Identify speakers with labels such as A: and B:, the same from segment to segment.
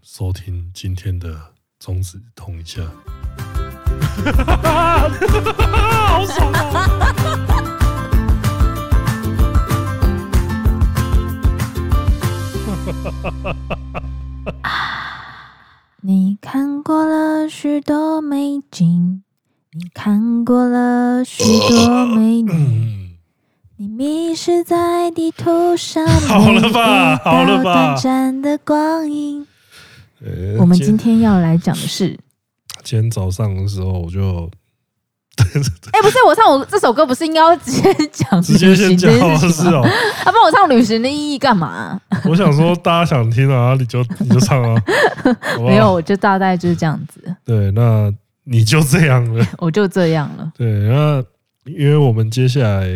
A: 收听今天的中指痛一下。好爽啊！
B: 你看过了许多美景，你看过了许多美女，
A: 嗯，
B: 你迷失在地图上。
A: 好了吧好了吧
B: 短暂的光阴。
A: 呃
B: 我们今天要来讲的是，
A: 今天早上的时候，我就
B: 哎、不是我唱我这首歌，不是应该要直接讲
A: 直接
B: 旅行
A: 先
B: 这
A: 讲
B: 件事
A: 是
B: 情吗？
A: 哦。
B: 啊，不然我唱旅行的意义干嘛、
A: 我想说，大家想听啊，你 就你就唱啊。好不好
B: 没有，，我就大概就是这样子，
A: 对，那你就这样 了。
B: 我就这样了。
A: 对，那因为我们接下来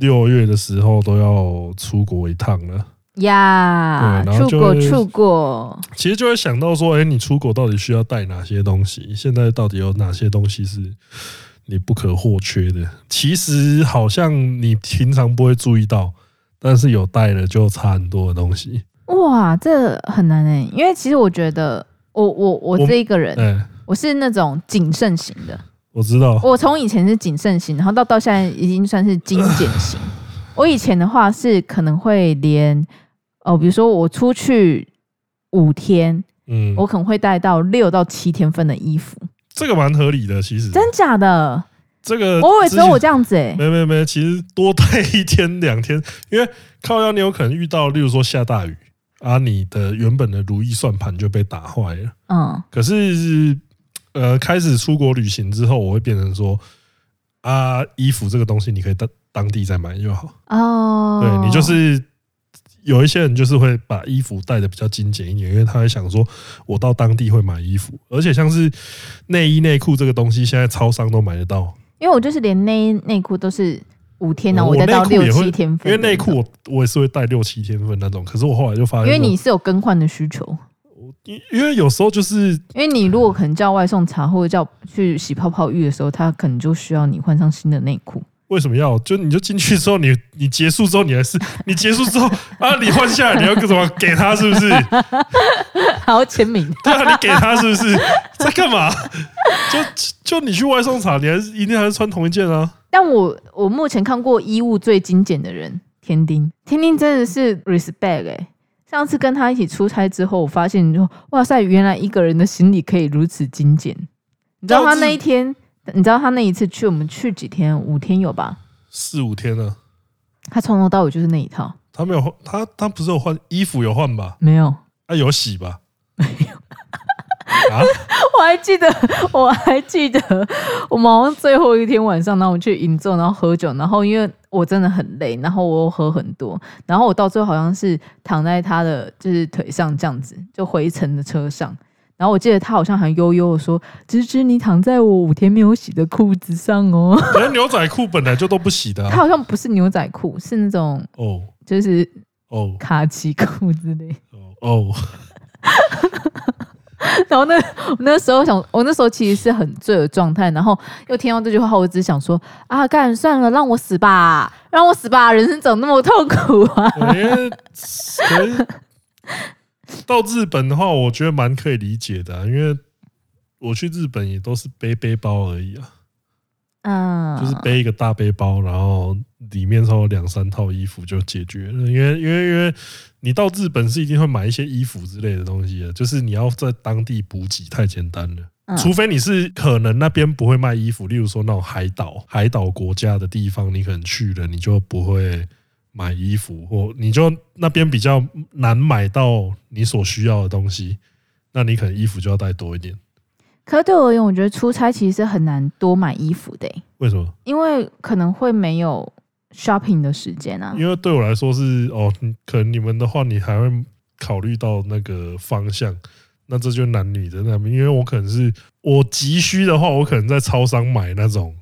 A: 六月的时候都要出国一趟了，
B: 呀、
A: 对然后
B: 出
A: 就
B: 国
A: 会
B: 出国，
A: 其实就会想到说，哎、你出国到底需要带哪些东西？现在到底有哪些东西是你不可或缺的？其实好像你平常不会注意到，但是有带了就差很多的东西。
B: 哇，这很难哎、因为其实我觉得我我我
A: 我
B: 这一个人，
A: 哎、
B: 我是那种谨慎型的，
A: 我知道，
B: 我从以前是谨慎型，然后到到现在已经算是精简型。我以前的话是可能会连哦、比如说我出去五天，
A: 嗯，
B: 我可能会带到六到七天份的衣服，
A: 这个蛮合理的，其实
B: 真假的？
A: 这个
B: 我以为
A: 之
B: 只有
A: 前
B: 我这样子哎、
A: 没没没，其实多待一天两天，因为靠腰你有可能遇到，例如说下大雨啊，你的原本的如意算盘就被打坏了。
B: 嗯，
A: 可是呃，开始出国旅行之后，我会变成说啊，衣服这个东西你可以当当地再买就好。
B: 哦，
A: 对你就是。有一些人就是会把衣服带的比较精简一点，因为他会想说，我到当地会买衣服，而且像是内衣内裤这个东西，现在超商都买得到。
B: 因为我就是连内内裤都是五天呢、
A: 我
B: 我带
A: 哦
B: 到
A: 内裤
B: 六
A: 也会
B: 七天份
A: 因为
B: 的那
A: 内
B: 种，
A: 裤我我也是会带六七天份那种，可是我后来就发现
B: 因
A: 说，
B: 为你是有更换的需求。
A: 因因为有时候就是
B: 因为你如果可能叫外送茶或者叫去洗泡泡浴的时候，他可能就需要你换上新的内 裤。
A: 为什么要就你就进去之后，你你结束之后你还是你结束之后啊，你换下来你要干什么给他是不是？
B: 还要签名，
A: 对啊，你给他是不是在干嘛？就就你去外送场，你还是一定还是穿同一件啊。
B: 但我我目前看过衣物最精简的人，天丁，天丁真的是 respect 哎、上次跟他一起出差之后，我发现说，哇塞，原来一个人的行李可以如此精简。你知道他那一天，你知道他那一次去，我们去几天？五天有吧？
A: 四五天了，
B: 他从头到尾就是那一套，
A: 他没有换，他他不是有换衣服有换吧？
B: 没有。
A: 他、有洗吧？啊，
B: 我还记得， 我还记得，我们好像最后一天晚上，然后我去银座，然后喝酒，然后因为我真的很累，然后我又喝很多，然后我到最后好像是躺在他的就是腿上这样子，就回程的车上。然后我记得他好像还悠悠的说：“芝芝，你躺在我五天没有洗的裤子上哦。
A: 可能牛仔裤本来就都不洗的、啊。
B: 他好像不是牛仔裤，是那种
A: 哦
B: 就是
A: 哦
B: 卡其裤之类。
A: 哦哦，
B: 然后那我那时候想，我那时候其实是很醉的状态，然后又听到这句话，我只想说啊，干算了，让我死吧，让我死吧，人生怎么那么痛苦啊？
A: 对因为可能到日本的话，我觉得蛮可以理解的啊、因为我去日本也都是背背包而已啊，
B: 嗯，
A: 就是背一个大背包，然后里面稍微两三套衣服就解决了。因为因为因为你到日本是一定会买一些衣服之类的东西的，就是你要在当地补给太简单了。
B: 嗯
A: 除非你是可能那边不会卖衣服，例如说那种海岛、海岛国家的地方，你可能去了你就不会买衣服，或你就那边比较难买到你所需要的东西，那你可能衣服就要带多一点。
B: 可是对我而言，我觉得出差其实是很难多买衣服的欸、
A: 为什么？
B: 因为可能会没有 shopping 的时间啊。
A: 因为对我来说是哦，你可能你们的话，你还会考虑到那个方向，那这就男女的那边。因为我可能是我急需的话，我可能在超商买那种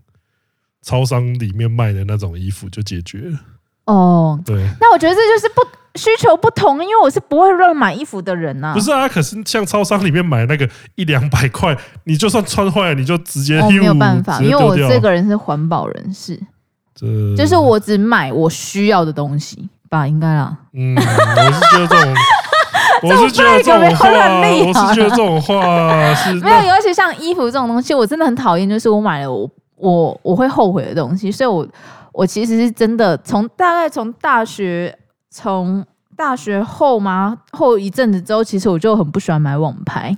A: 超商里面卖的那种衣服就解决了。
B: 哦，
A: 对，
B: 那我觉得这就是不需求不同，因为我是不会乱买衣服的人啊。
A: 不是啊，可是像超商里面买那个一两百块，你就算穿坏了，你就直接
B: 哦，没 有
A: 咻
B: 办法，
A: 哎直
B: 因
A: 接
B: 为
A: 丢
B: 我
A: 掉嗯
B: 这个人是环保人士。
A: 这
B: 就是我只买我需要的东西吧，应该啦。
A: 嗯，我是觉得这种我是觉得这种话，
B: 这种不一个
A: 我
B: 很很厉害
A: 是觉得这种话是
B: 没有，尤其像衣服这种东西，我真的很讨厌，就是我买了我我我会后悔的东西，所以我我其实是真的从大概从大学从大学后嘛后一阵子之后，其实我就很不喜欢买网拍。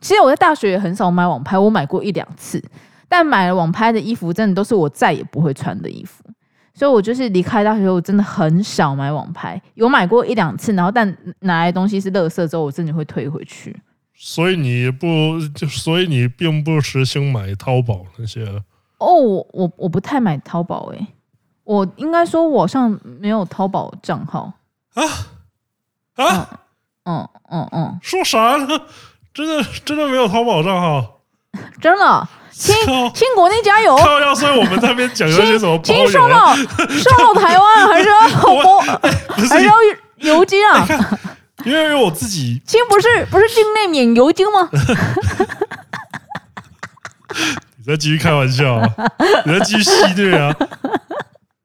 B: 其实我在大学也很少买网拍，我买过一两次，但买了网拍的衣服，真的都是我再也不会穿的衣服。所以我就是离开大学后，我真的很少买网拍，有买过一两次，然后但拿来东西是垃圾之后，我真的会退回去。
A: 所以你不，就所以你并不实行买淘宝那些。
B: 哦，我我我不太买淘宝诶、我应该说我好像没有淘宝账号。
A: 啊，
B: 嗯嗯嗯，
A: 说啥呢？真的真的没有淘宝账号？
B: 真的，亲
A: 靠
B: 亲国内加油！
A: 靠要所以我们在那边讲那些
B: 亲
A: 什么包
B: 亲
A: 邮
B: 瘦
A: 啊，
B: 到瘦到台湾，还是 要包，
A: 不是
B: 还是要邮金啊？
A: 因为我自己
B: 亲不是不是境内免邮金吗？
A: 你在继续开玩笑、啊，你在继续戏虐啊，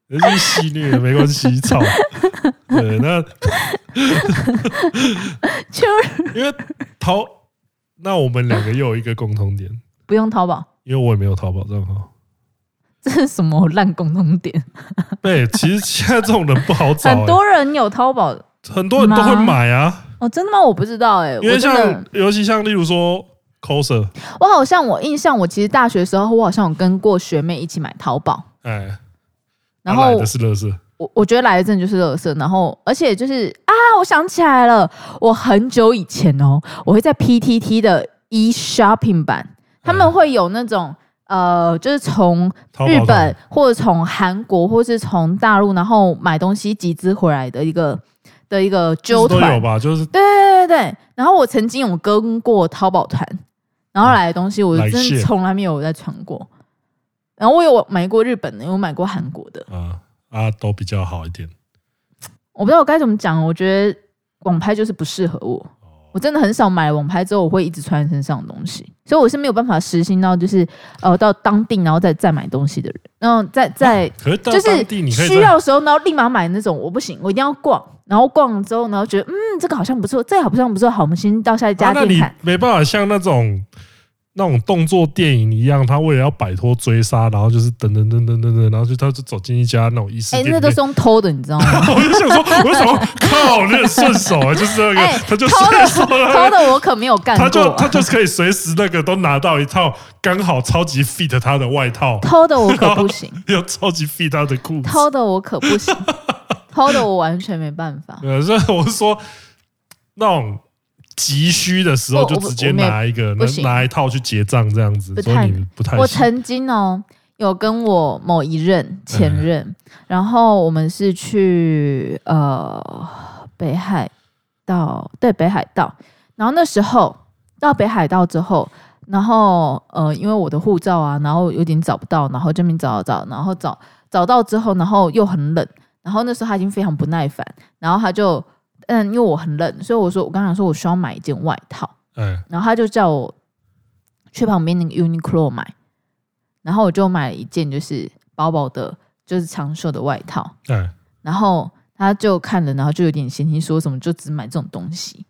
A: 你在继续戏虐没关系，操。对，那
B: 就是
A: 因为淘，那我们两个又有一个共同点，
B: 不用淘宝，
A: 因为我也没有淘宝账号。
B: 这是什么烂共同点？
A: 对，其实现在这种人不好找、欸，
B: 很多人有淘宝
A: 很多人都会买啊，
B: 哦，真的吗？我不知道哎、
A: 因
B: 我
A: 为
B: 真的
A: 像尤其像例如说 coser，
B: 我好像我印象，我其实大学的时候，我好像有跟过学妹一起买淘宝，
A: 哎，他
B: 然后
A: 来的是乐视，
B: 我我觉得来的真的就是垃圾，然后而且就是啊，我想起来了，我很久以前哦，我会在 PTT 的 e shopping 版，他
A: 嗯
B: 们会有那种呃，就是从
A: 淘宝
B: 日
A: 上
B: 本或者从韩国或是从大陆，然后买东西集资回来的一个的一个揪
A: 都有
B: 团，
A: 吧，就是
B: 对对对对。然后我曾经有跟过淘宝团，然后来的东西我
A: 来
B: 真的
A: 线
B: 从来没有在穿过。然后我有买过日本的，有买过韩国的，
A: 啊啊都比较好一点。
B: 我不知道我该怎么讲，哦我觉得网拍就是不适合我。
A: 哦
B: 我真的很少买网拍之后，我会一直穿在身上的东西，所以我是没有办法实行到就是呃到当地然后再再买东西的人，然后再再、
A: 可哦是到
B: 就
A: 当
B: 是
A: 地你可以
B: 需
A: 在啊
B: 要的时候，然后立马买那种，我不行，我一定要逛，然后逛了之后，然后觉得嗯这个好像不错，这个好像不错，好，我们先到下
A: 啊
B: 一家
A: 那
B: 店
A: 你
B: 看。
A: 没办法像那种那种动作电影一样，他为了要摆脱追杀，然后就是等等等等等等，然后就他就走进一家那种意式
B: 哎、
A: 店里
B: 那
A: 面。
B: 都是用偷的，你知道吗？
A: 我就想说，我想说，靠，那个顺手啊，就是那
B: 哎
A: 个，他就
B: 偷的
A: 顺手了，
B: 偷的我可没有干
A: 他就
B: 过，
A: 他就是可以随时那个都拿到一套刚好超级 fit 他的外套，
B: 偷的我可不行，
A: 又超级 fit 他的裤子。
B: 偷的我可 不行，偷的我完全没办法。
A: 呃，所以我是说，那种急需的时候
B: 我
A: 就
B: 我
A: 直接
B: 我没有
A: 拿一个
B: 不行
A: 拿拿一套去结账这样子，
B: 不
A: 所
B: 太
A: 以你不太
B: 我
A: 行。
B: 曾经哦，有跟我某一任前任，然后我们是去呃北海道，对北海道，然后那时候到北海道之后。然后，呃，因为我的护照啊，然后有点找不到，然后这边找找找，然后找找到之后，然后又很冷，然后那时候他已经非常不耐烦，然后他就，嗯，因为我很冷，所以我说我刚想说我需要买一件外套，
A: 哎，
B: 然后他就叫我去旁边那个 Uniqlo 买，然后我就买了一件就是薄薄的，就是长袖的外套，
A: 哎，
B: 然后他就看了，然后就有点嫌弃，说什么就只买这种东西，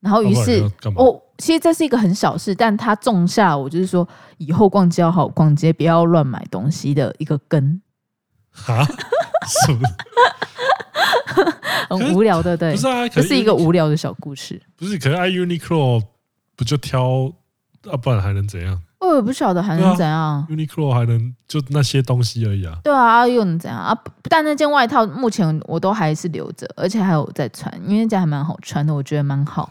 B: 然后于
A: 要不然
B: 是
A: 要干嘛？
B: 哦，其实这是一个很小事，但他种下我就是说以后逛街要好好逛街，不要乱买东西的一个根，
A: 哈， 什么？
B: 很无聊，对不对
A: 不？是啊，可
B: 这是一个
A: Uniqlo-
B: 无聊的小故事。
A: 不是，可是 i Uniqlo 不就挑啊，不然还能怎样
B: 我也不晓得还
A: 对
B: 能
A: 啊
B: 怎样。
A: ？Uniqlo 还能就那些东西而已啊。
B: 对啊，又能怎样啊？不但那件外套目前我都还是留着，而且还有在穿，因为那件还蛮好穿的，我觉得蛮好。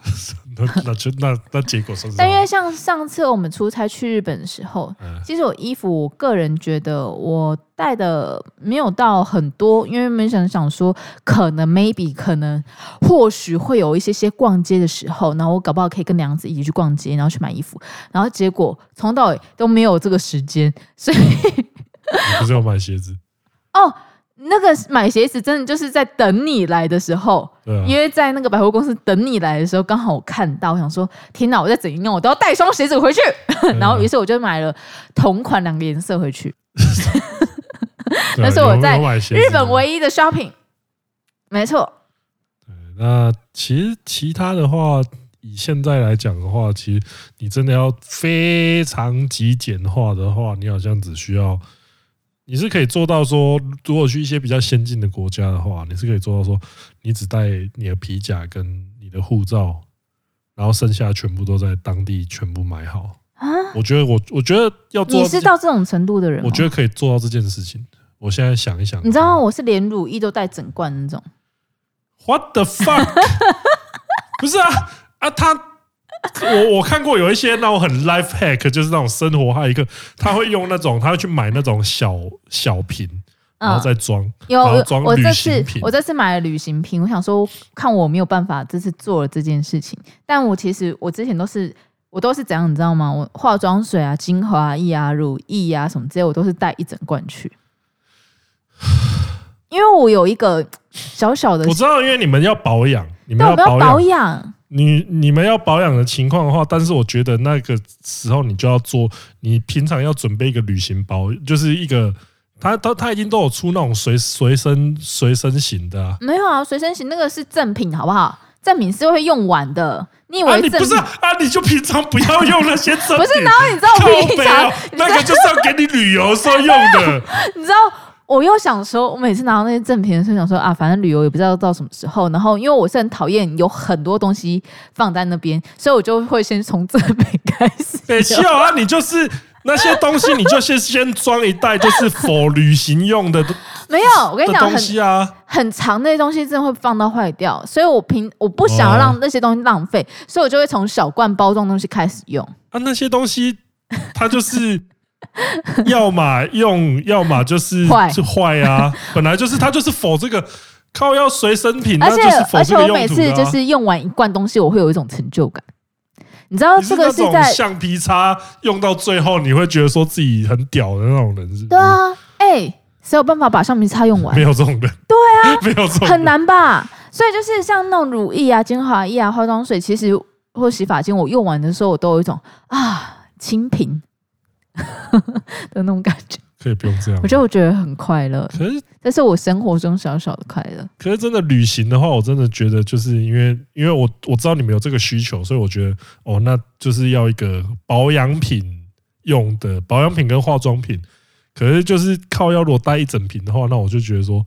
A: 那那就那那结果是什
B: 但因为
A: 么？
B: 像上次我们出差去日本的时候，
A: 嗯
B: 其实我衣服我个人觉得我带的没有到很多，因为没想想说可能 maybe 可能或许会有一些些逛街的时候，然后我搞不好可以跟梁子一起去逛街，然后去买衣服，然后结果从头到尾都没有这个时间，所以
A: 你不是要买鞋子？
B: 哦，那个买鞋子真的就是在等你来的时候，
A: 对啊，
B: 因为在那个百货公司等你来的时候，刚好我看到，我想说，天哪，我在怎样，我都要带一双鞋子回去。
A: 嗯
B: 然后于是我就买了同款两个颜色回去，
A: 对啊
B: 那是我
A: 有
B: 在
A: 啊有买鞋子
B: 日本唯一的 shopping。没错，
A: 对那其实其他的话，以现在来讲的话，其实你真的要非常极简化的话，你好像只需要，你是可以做到说，如果去一些比较先进的国家的话，你是可以做到说，你只带你的皮夹跟你的护照，然后剩下全部都在当地全部买好。
B: 啊！
A: 我觉得我我觉得要做到这
B: 你是
A: 件，
B: 到这种程度的人吗？
A: 我觉得可以做到这件事情。我现在想一想，
B: 你知道吗？我是连乳液都带整罐那种。
A: What the fuck？不是啊啊，他我我看过有一些那种很 life hack，就是那种生活还有一个，他会用那种，他会去买那种小小瓶，然后
B: 嗯，
A: 再装，
B: 有
A: 然后
B: 我
A: 装
B: 我
A: 旅
B: 这
A: 行
B: 次
A: 品
B: 我这次买了旅行品，我想说看我有没有办法这次做了这件事情。但我其实我之前都是我都是怎样，你知道吗？我化妆水啊、精华液啊、乳液啊什么之类，我都是带一整罐去，因为我有一个小小的
A: 我，知道，因为你们要保养，你们
B: 但我不要
A: 保养
B: 保，养。
A: 你你们要保养的情况的话，但是我觉得那个时候你就要做，你平常要准备一个旅行包，就是一个，他他他已经都有出那种随随身随身型的、啊，
B: 没有啊，随身行那个是赠品，好不好？赠品是会用完的。你以
A: 啊，
B: 为
A: 你
B: 赠
A: 不
B: 品
A: 是？啊，啊你就平常不要用那些赠品，
B: 不是，然后你知道我
A: 靠
B: 平
A: 北
B: 常
A: 哦，那个就是要给你旅游时候用 的。
B: 你知道，我又想说，我每次拿到那些赠品的时候，想说啊，反正旅游也不知道到什么时候。然后，因为我是很讨厌有很多东西放在那边，所以我就会先从赠品开 始。
A: 北笑啊，你就是那些东西，你就先先装一袋，就是否旅行用的
B: 没 有，我跟
A: 的
B: 你讲，
A: 东
B: 很
A: 西啊。
B: 很长那些东西真的会放到坏掉，所以我平我不想要让那些东西浪费，所以我就会从小罐包装东西开始用。
A: 啊，那些东西它就是。要么用，要么就是
B: 坏
A: 是坏啊！本来就是它就是否这个靠要随身品，那
B: 而
A: 就
B: 且
A: 是否这
B: 而且
A: 个
B: 我
A: 用
B: 每
A: 途的
B: 次
A: 啊。
B: 就是用完一罐东西，我会有一种成就感。你知道
A: 你是
B: 这个
A: 那
B: 是
A: 种
B: 在
A: 橡皮擦用到最后，你会觉得说自己很屌的那种人是不是？
B: 对啊，哎、谁有办法把橡皮擦用完
A: 没？有这种人，对啊， 没有这种人
B: 很难吧？所以就是像那种乳液啊、精华液啊、化妆水，其实或洗发精，我用完的时候，我都有一种啊清贫 的那种感觉。
A: 可以不用这样
B: 我。觉得我觉得很快乐，
A: 可是，
B: 这是我生活中小小的快乐。
A: 可是真的旅行的话，我真的觉得就是因为，因为我我知道你们有这个需求，所以我觉得哦，那就是要一个保养品用的保养品跟化妆品。可是就是靠要如果带一整瓶的话，那我就觉得说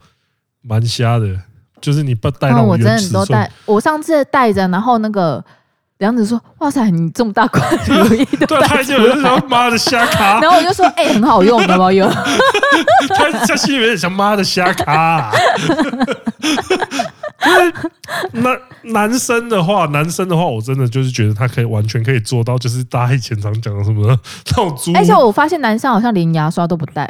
A: 蛮瞎的。就是你不带那
B: 那哦我
A: 种
B: 真
A: 原
B: 的
A: 尺
B: 都
A: 寸，
B: 带，我上次带着，然后那个梁子说：“哇塞，你这么大块乳液 都
A: 对啊，
B: 带
A: 他
B: 出
A: 就有人
B: 来。
A: 说妈的瞎”卡，
B: 然后我就说：“哎、很好用，有没有 用？
A: 他他心里有点想妈的瞎咖、啊。 就是男男生的话，男生的话，我真的就是觉得他可以完全可以做到，就是大家以前常讲的什么 那种租
B: 而且哎我发现男生好像连牙刷都不带，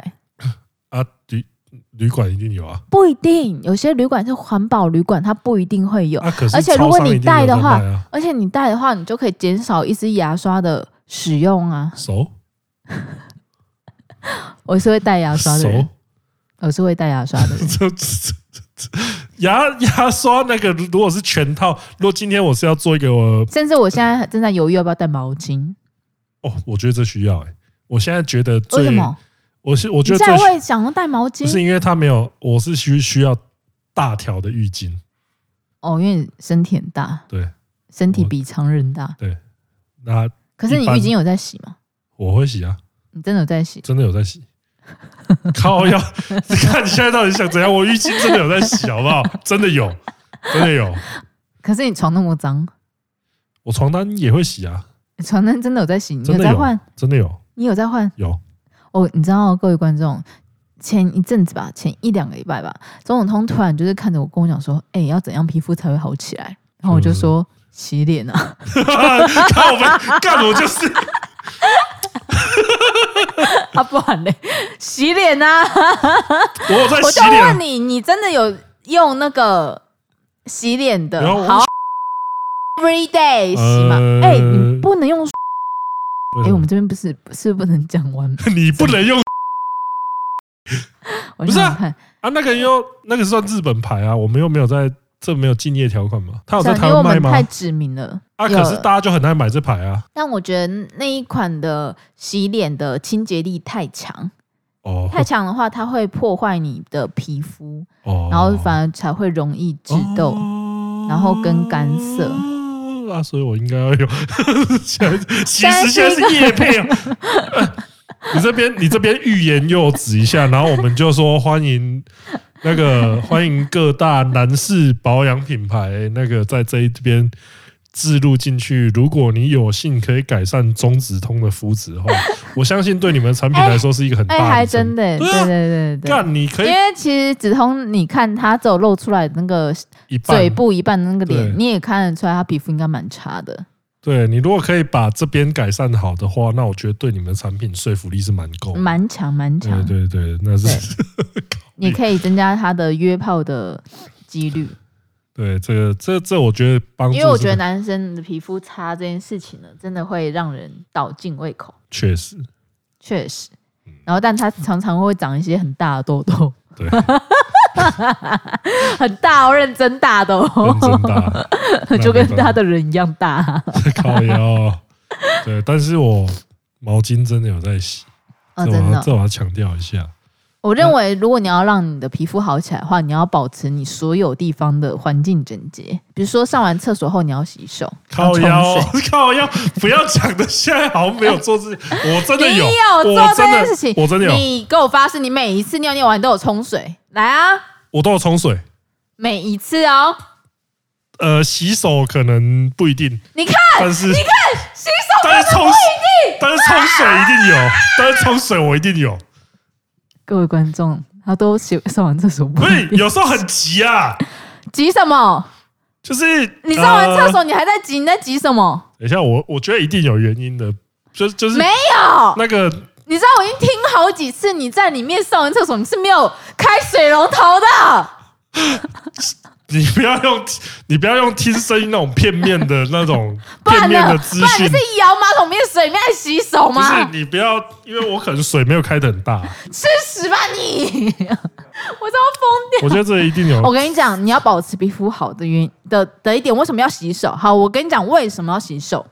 A: 啊旅旅馆一定有啊
B: 不一定，有些旅馆是环保旅馆，它不一定会有。
A: 啊，可是
B: 而且如果
A: 超商一定
B: 你带的话
A: 有在卖啊，
B: 而且你带的话，你就可以减少一支牙刷的使用啊。
A: 熟
B: 我是会带牙啊刷的人
A: 熟，，
B: 我是会带牙刷的 人。
A: 这这这这牙牙刷那个如果是全套，如果今天我是要做一个哦我
B: 甚至我现在正在犹豫要不要带毛巾。
A: 哦，我觉得这需要哎、我现在觉得
B: 为
A: 最
B: 什么？
A: 我是我觉
B: 你
A: 得
B: 现
A: 最
B: 在会想要带毛
A: 不是
B: 巾？
A: 因为它没有，我是需需要大条的浴巾，
B: 哦，因为你身体很大，
A: 对，
B: 身体比常人大。
A: 那
B: 可是你
A: 哦一般
B: 浴巾有在洗吗？
A: 我会洗啊，
B: 你真的有在洗？
A: 真的有在洗。靠要， 你看你现在到底想怎样？我浴巾真的有在洗，好不好？真的有，真的有。
B: 可是你床那么脏，
A: 我床单也会洗啊，
B: 你床单真的有在洗？你
A: 真
B: 有
A: 的
B: 在换
A: 有？，真的有，
B: 你有在换？
A: 有。
B: 哦，你知道各位观众，前一阵子吧，前一两个礼拜吧，钟永通突然就是看着我跟我讲说：“哎、要怎样皮肤才会好起来？”然后我
A: 嗯
B: 就说：“洗脸啊。
A: 看我们干，我就是”
B: 啊，不然嘞，洗脸啊！
A: 我有在
B: 我
A: 哎洗
B: 就
A: 脸，
B: 问你，你真的有用那个洗脸的
A: 然后我
B: 好 every day 洗吗？
A: 呃
B: 哎、你不能用。
A: 为
B: 哎、
A: 什么
B: 我们这边不是是不能讲完，
A: 你不能用
B: 我
A: 不是啊
B: 想想看，
A: 啊，那个又那个算日本牌啊，我们又没有在这没有敬业条款嘛，他有在
B: 想啊
A: 台
B: 因为我
A: 湾卖
B: 们
A: 吗
B: 太？指明了
A: 啊，
B: 有
A: 可是大家就很爱买这牌啊。
B: 但我觉得那一款的洗脸的清洁力太强，
A: 哦，
B: 太强的话，它会破坏你的皮肤，
A: 哦，
B: 然后反而才会容易致痘。
A: 哦
B: 然后跟干涩。
A: 啊，所以我应该 要有。现在其实现在是叶配啊。你这边你这边欲言又止一下，然后我们就说欢迎那 个欢迎各大男士保养品牌那个在这一边置入进去。如果你有幸可以改善中子通的肤质的话，我相信对你们的产品来说是一个很
B: 哎、
A: 大的、
B: 还真。的、
A: 对
B: 对
A: 啊
B: 对对对
A: 干，你可以
B: 因为其实子通，你看他只有露出来的那个
A: 一半
B: 嘴部一半的那个
A: 对
B: 脸，你也看得出来他皮肤应该蛮差的。
A: 对你如果可以把这边改善好的话，那我觉得对你们的产品说服力是蛮够的。
B: 蛮强蛮
A: 哦对
B: 强，
A: 对对，那是
B: 你可以增加他的约炮的几率，
A: 对这个这这，我觉得帮助
B: 因
A: 是，
B: 为我觉得男生的皮肤差这件事情呢，真的会让人倒尽胃口，
A: 确实
B: 确实。
A: 嗯
B: 然后，但他常常会长一些很大的痘痘，
A: 对
B: 很大哦，认真大的哦
A: 认，真大，
B: 就跟
A: 那没办法
B: 他的人一样大、
A: 靠腰。对，但是我毛巾真的有在洗，
B: 哦，
A: 这
B: 真
A: 我要
B: 的
A: 这。我要强调一下。
B: 我认为，如果你要让你的皮肤好起来的话，你要保持你所有地方的环境整洁，比如说上完厕所后你要洗手，然后
A: 靠
B: 冲
A: 腰哦
B: 水。，
A: 靠腰，不要讲的现在好像 没有做自己，我真的
B: 你
A: 有，
B: 做
A: 我
B: 这
A: 真
B: 件事情，
A: 的，我真的有，
B: 你给我发誓，你每一次尿尿完都有冲水，来啊，
A: 我都有冲水。
B: 每一次哦。
A: 呃，洗手可能不一定，
B: 你看，
A: 但是
B: 洗手
A: 但是冲但是冲水一定 有，但是冲水我一定有。
B: 各位观众，他都洗上完厕所不
A: 不是，有时候很急啊，
B: 急什么？
A: 就是
B: 你上完厕
A: 呃
B: 所你还在急，你在急什么？
A: 等一下，我我觉得一定有原因的，就就是
B: 没有，
A: 那个
B: 你知道我已经听好几次，你在里面上完厕所你是没有开水龙头的。
A: 你不要用你不要用听声音那种片面的那种
B: 不
A: 片
B: 然
A: 面
B: 呢
A: 的？
B: 不
A: 资
B: 然
A: 讯
B: 你，是摇马桶里面水里面来洗手
A: 不是
B: 吗？
A: 你不要，因为我可能水没有开的很大，
B: 吃屎吧你！ 我都要疯掉。
A: 我觉得这一定有
B: 我跟你讲，你要保持皮肤好的原因的的一点，为什么要洗手？好，我跟你讲为什么要洗手，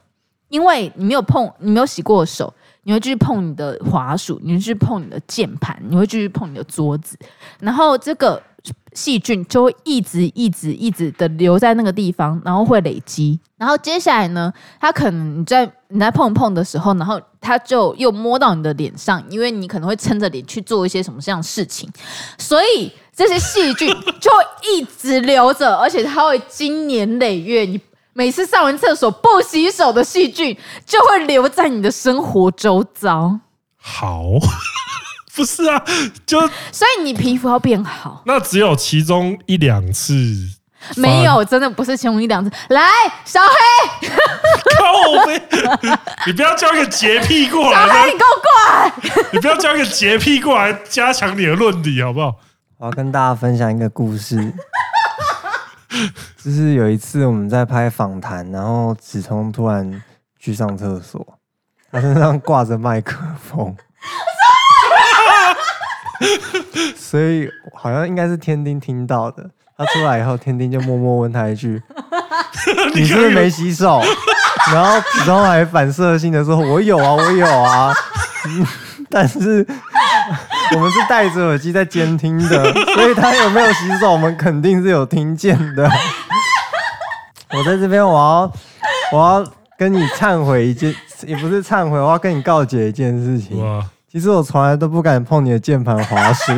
B: 因为你没有碰，你没有洗过手，你会去碰你的滑鼠，你会去碰你的键盘，你会去碰你的桌子，然后这个细菌就会一直一直一直的留在那个地方，然后会累积，然后接下来呢，它可能你在你在碰碰的时候，然后它就又摸到你的脸上，因为你可能会撑着脸去做一些什么这样的事情，所以这些细菌就会一直留着，而且它会经年累月。你每次上完厕所不洗手的细菌，就会留在你的生活周遭，
A: 好， 不是啊，就
B: 所以你皮肤要变好。
A: 那只有其中一两次
B: 没有，真的不是前一两次。来，小黑，
A: 靠背，你不要叫一个洁癖过
B: 小
A: 来
B: 黑，，你给我过来。
A: 你不要叫一个洁癖过来加强你的论理好不好？
C: 我要跟大家分享一个故事，就是有一次我们在拍访谈，然后子聪突然去上厕所，他身上挂着麦克风，所以好像应该是天丁听到的。他出来以后，天丁就默默问他一句：“你是不是没洗手？”然后子聪还反射性的说：“我有啊，我有啊。 嗯”但是 我们是戴着耳机在监听的，所以他有没有洗手，我们肯定是有听见的。我在这边，我要我要跟你忏悔一件，也不是忏悔，我要跟你告解一件事
B: 嗯
C: 情。
A: 哇，
C: 其实我从来都不敢碰你的键盘滑鼠，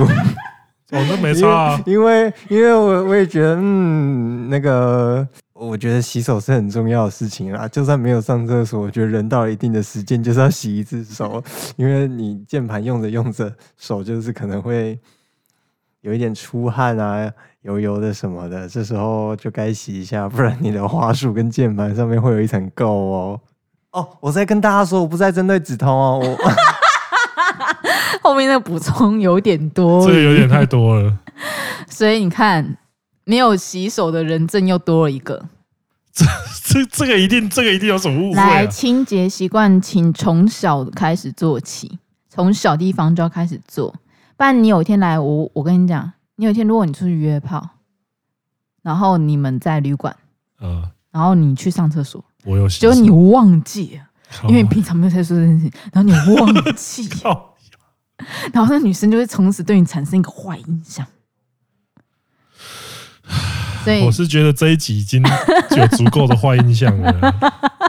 A: 我都没差啊，
C: 因为因为我我也觉得，嗯，那个。我觉得洗手是很重要的事情啦，就算没有上厕所，我觉得人到了一定的时间就是要洗一次手， 因为你键盘用着用着，手就是可能会有一点出汗啊、油油的什么的，这时候就该洗一下，不然你的花束跟键盘上面会有一层垢哦。哦，我在跟大家说，我不是在针对止痛哦，我
B: 后面的补充有点多
A: 这，个有点太多了。
B: 所以你看，没有洗手的人证又多了一个。
A: 这这个一定，这个一定有什么误会、啊
B: 来，？清洁习惯，请从小开始做起，从小地方就要开始做。不然你有一天来，我我跟你讲，你有一天如果你出去约炮，然后你们在旅馆，
A: 呃，
B: 然后你去上厕所，
A: 我有洗
B: 结
A: 手，
B: 果你忘记了，
A: 靠，
B: 因为你平常没有在做这件事情，然后你忘记
A: 靠
B: 然后那女生就会从此对你产生一个坏印象。所以
A: 我是觉得这一集已经有足够的坏印象 了。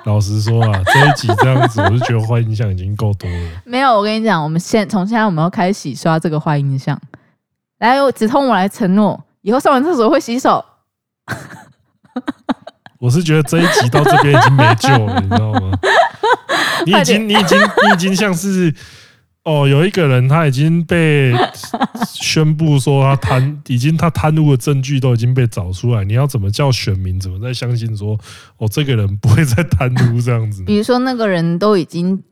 A: 老实说啊，这一集这样子，我就觉得坏印象已经够多了。
B: 没有，我跟你讲，我们现从现在我们要开始洗刷这个坏印象。来，我止痛，我来承诺，以后上完厕所会洗手。
A: 我是觉得这一集到这边已经没救了，你知道 吗？你已经，你已经，你已经像是哦，有一个人他已经被宣布说他贪，已经他贪污的证据都已经被找出来，你要怎么叫选民怎么再相信说哦，这个人不会再贪污这样子呢？
B: 比如说那个人都已经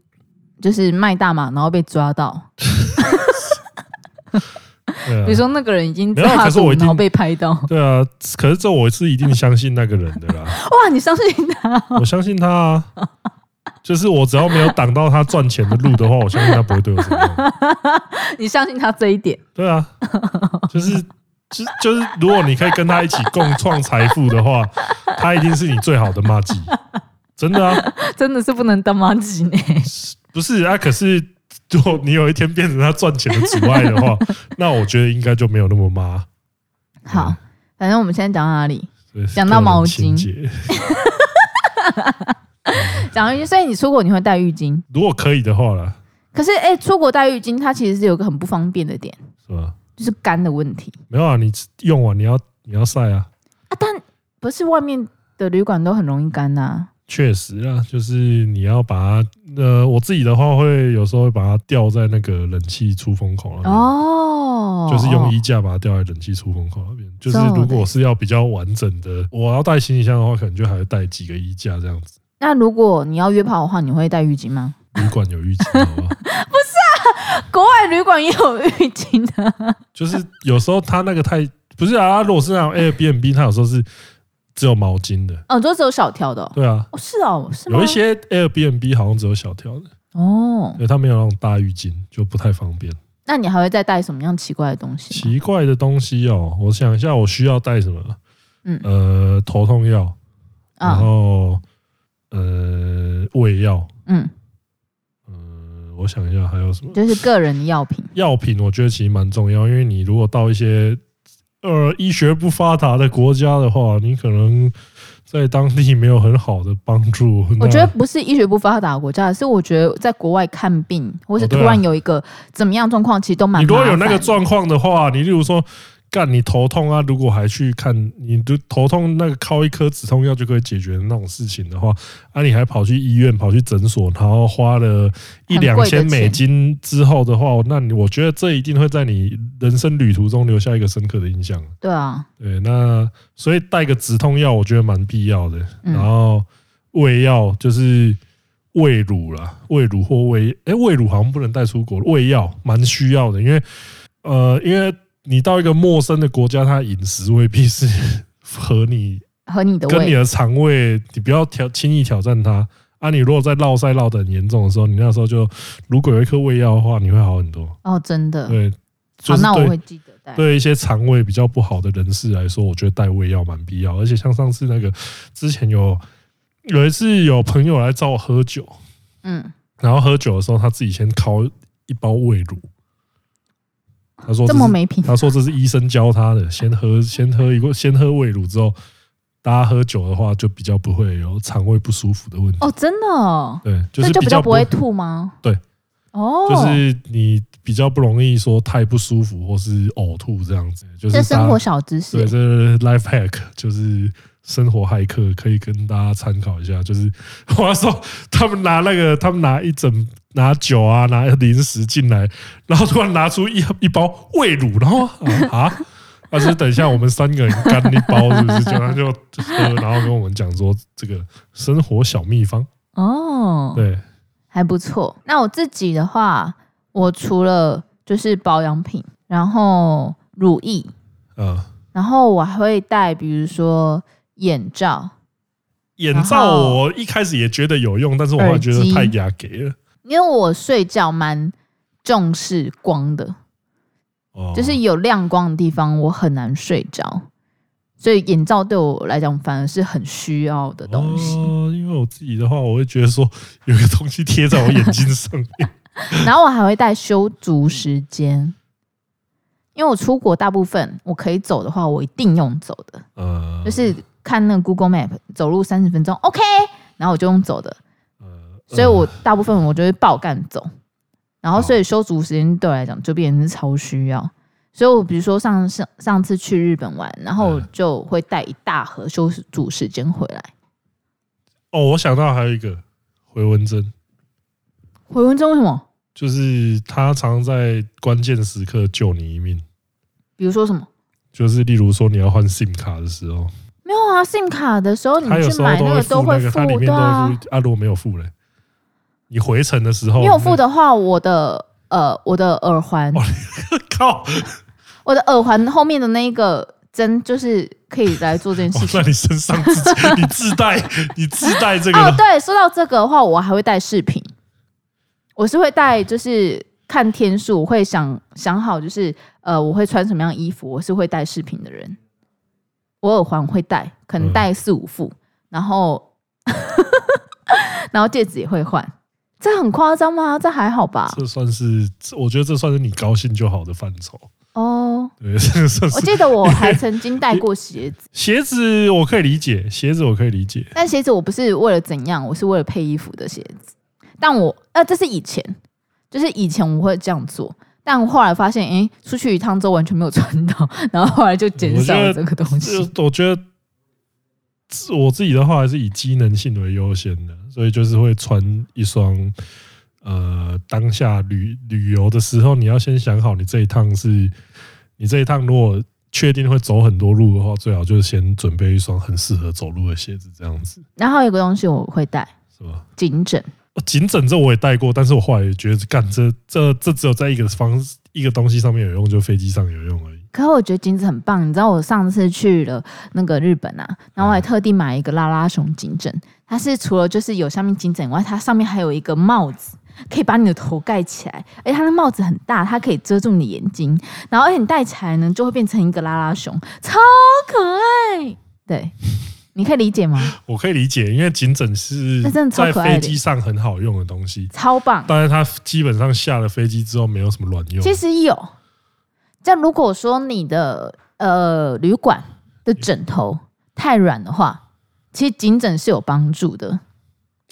B: 就是卖大麻，然后被抓到；
A: 对啊
B: 比如说那个人已经
A: 没有
B: 大
A: 可是
B: 赌，
A: 我一定
B: 然后被拍 到。
A: 对啊，可是这我是一定相信那个人的啦，
B: 哇，你相信他？
A: 我相信他啊。就是我只要没有挡到他赚钱的路的话，我相信他不会对我怎么样。
B: 你相信他这一点？
A: 对啊，就是就就是，如果你可以跟他一起共创财富的 话，他一定是你最好的妈鸡。真的啊，
B: 真的是不能当妈鸡 呢？
A: 不是啊。可是如果你有一天变成他赚钱的阻碍的 话，那我觉得应该就没有那么妈。
B: 好，反正我们现在讲到哪里？
A: 对
B: 讲到
A: 个人
B: 毛
A: 情
B: 巾
A: 节
B: 讲到浴巾，所以你出国你会带浴巾。
A: 如果可以的话啦，
B: 可是，哎、出国带浴巾，它其实是有个很不方便的点，
A: 是吧？
B: 就是干的问题
A: 没有啊，你用完你要你要晒啊。
B: 啊。但不是外面的旅馆都很容易干呐、
A: 确实啊，就是你要把它，呃，我自己的话会有时候会把它吊在那个冷气出风口那边，
B: 哦，
A: 就是用衣架把它吊在冷气出风口那边。就是
B: 这样
A: 如果是要比较完整的，我要带行李箱的话，可能就还会带几个衣架这样子。
B: 那如果你要约炮的话，你会带浴巾吗？
A: 旅馆有浴巾，好不好？
B: 国外旅馆也有浴巾的，
A: 就是有时候它那个太不是啊，如果是那种 Airbnb，它有时候是只有毛巾的，
B: 哦，都只有小条的哦。
A: 对啊，
B: 哦是哦，是吗？
A: 有一些 Airbnb 好像只有小条的，
B: 哦，
A: 对，它没有那种大浴巾，就不太方便。
B: 那你还会再带什么样奇怪的东西吗？
A: 奇怪的东西哦，我想一下，我需要带什么？
B: 嗯
A: 呃，头痛药，然
B: 啊，
A: 后呃，胃药，
B: 嗯，
A: 嗯，我想一下还有什么
B: 就是个人的药品。
A: 药品？我觉得其实蛮重要，因为你如果到一些呃医学不发达的国家的话，你可能在当地没有很好的帮助。
B: 我
A: 那
B: 觉得不是医学不发达的国家，是我觉得在国外看病，或是
A: 哦
B: 突
A: 对啊
B: 然有一个怎么样状况，其实都蛮
A: 你如果有
B: 麻
A: 那
B: 烦
A: 个状况的话，你例如说。干你头痛啊！如果还去看你的头痛，那个靠一颗止痛药就可以解决的那种事情的话，啊，你还跑去医院、跑去诊所，然后花了一
B: 很贵的
A: 两千美
B: 钱
A: 金之后的话，那你我觉得这一定会在你人生旅途中留下一个深刻的印象。
B: 对啊，
A: 对，那所以带个止痛药，我觉得蛮必要的。
B: 嗯
A: 然后胃药就是胃乳啦，胃乳或胃，哎、胃乳好像不能带出国，胃药蛮需要的，因为呃，因为你到一个陌生的国家，它饮食未必是 和你
B: 和你的
A: 跟你
B: 胃
A: 的肠胃，你不要挑轻易挑战它。啊，你如果在落塞落得很严重的时候，你那时候就如果有一颗胃药的话，你会好很多。
B: 哦，真的。
A: 对，就
B: 好，
A: 是
B: 那我
A: 对
B: 会记得带。
A: 对一些肠胃比较不好的人士来说，我觉得带胃药蛮必要。而且像上次那个，之前有有一次有朋友来找我喝酒，
B: 嗯，
A: 然后喝酒的时候他自己先烤一包胃乳，他说
B: 这
A: 是
B: 么没品。
A: 他说这是医生教他的，先喝先喝一个先喝胃乳之后，大家喝酒的话就比较不会有肠胃不舒服的问题。
B: 哦，真的哦，
A: 对，就
B: 这
A: 是
B: 就比较
A: 较
B: 不会吐吗？
A: 对，
B: 哦，
A: 就是你比较不容易说太不舒服或是呕吐这样子，就是
B: 这
A: 大家
B: 生活小知
A: 对，这
B: 识，
A: 是 life hack 就是生活骇客，可以跟大家参考一下。就是 我要说，他们拿那个，他们拿一整拿酒啊，拿零食进来，然后突然拿出一一包胃乳，然后啊。啊他是等一下，我们三个人干一包，是不是？就他就喝，然后跟我们讲说这个生活小秘方。
B: 哦，
A: 对，
B: 还不错。那我自己的话，我除了就是保养品，然后乳液，
A: 呃，
B: 然后我还会带，比如说眼罩。
A: 眼
B: 然
A: 罩
B: 后
A: 我一开始也觉得有用，但是我后来觉得
B: 耳机
A: 太雅给了。
B: 因为我睡觉蛮重视光的，
A: 哦
B: 就是有亮光的地方我很难睡着，所以眼罩对我来讲反而是很需要的东西。
A: 哦。因为我自己的话，我会觉得说有一个东西贴 在我眼睛上面，
B: 然后我还会带修足时间，因为我出国大部分我可以走的话，我一定用走的，
A: 呃，
B: 就是看那个 Google Map 走路三十分钟 OK，然后我就用走的，
A: 呃，
B: 所以我大部分我就会爆干走，然后
A: 哦
B: 所以修足时间对我来讲就变成是超需要。所以我比如说上上上次去日本玩，然后我
A: 嗯
B: 就会带一大盒修足时间回来。
A: 哦，我想到还有一个回文针，
B: 回文针为什么？
A: 就是他常在关键时刻救你一命，
B: 比如说什么？
A: 就是例如说你要换 SIM 卡的时候，
B: 没有啊，SIM 卡的时候你
A: 他有
B: 去
A: 时候
B: 买
A: 会
B: 个
A: 付
B: 会
A: 那个，
B: 付
A: 他里面
B: 对
A: 都
B: 啊
A: 会，付。啊，如果没有付嘞，你回程的时候
B: 没有付，的话，我的呃我的耳环，
A: 哦 靠！
B: 我的耳环后面的那一个针就是可以来做这件
A: 哦
B: 事，
A: 在
B: 情。
A: 你身上自己， 你自带，你自带这
B: 哦，
A: 个，
B: 对，说到这个的话，我还会带饰品，我是会带，就是看天数，我会想想好，就是呃，我会穿什么样的衣服，我是会带饰品的人。我耳环会戴，可能
A: 嗯
B: 戴四五副，然后 然后戒指也会换，这很夸张吗？这还好吧？
A: 这算是，这我觉得这算是你高兴就好的范畴。
B: 哦，
A: 对，这个算
B: 我
A: 是
B: 记得我还曾 经戴过鞋子，
A: 鞋子，我可以理解，鞋子我可以理解。
B: 但鞋子我不是为了怎样，我是为了配衣服的鞋子。但我呃，这是以前，就是以前我会这样做，但后来发现，诶，出去一趟之后完全没有穿到， 然后后来就减少了这个东西。
A: 这我觉得自我自己的话还是以机能性为优先的，所以就是会穿一双呃，当下旅旅游的时候，你要先想好你这一趟是，你这一趟如果确定会走很多路的话，最好就是先准备一双很适合走路的鞋子，这样子
B: 然后有个东西我会戴
A: 是吧？
B: 颈枕，
A: 哦颈枕这我也戴过，但是我后来也觉得，干这这这只有在一个方一个东西上面有用，就飞机上有用而已。
B: 可我觉得颈枕很棒。你知道我上次去了那个日本啊，然后我还特地买一个拉拉熊颈枕，它是除了就是有下面颈枕以外，它上面还有一个帽子。可以把你的头盖起来，而且它的帽子很大，它可以遮住你的眼睛，然后而且你戴起来呢，就会变成一个拉拉熊，超可爱。对，你可以理解吗？
A: 我可以理解，因为颈枕是
B: 那真的超
A: 在
B: 可爱的
A: 飞机上很好用的东西，
B: 超棒。
A: 但是它基本上下了飞机之后没有什么卵用。
B: 其实有，但如果说你的呃旅馆的枕头太软的话，其实颈枕是有帮助的。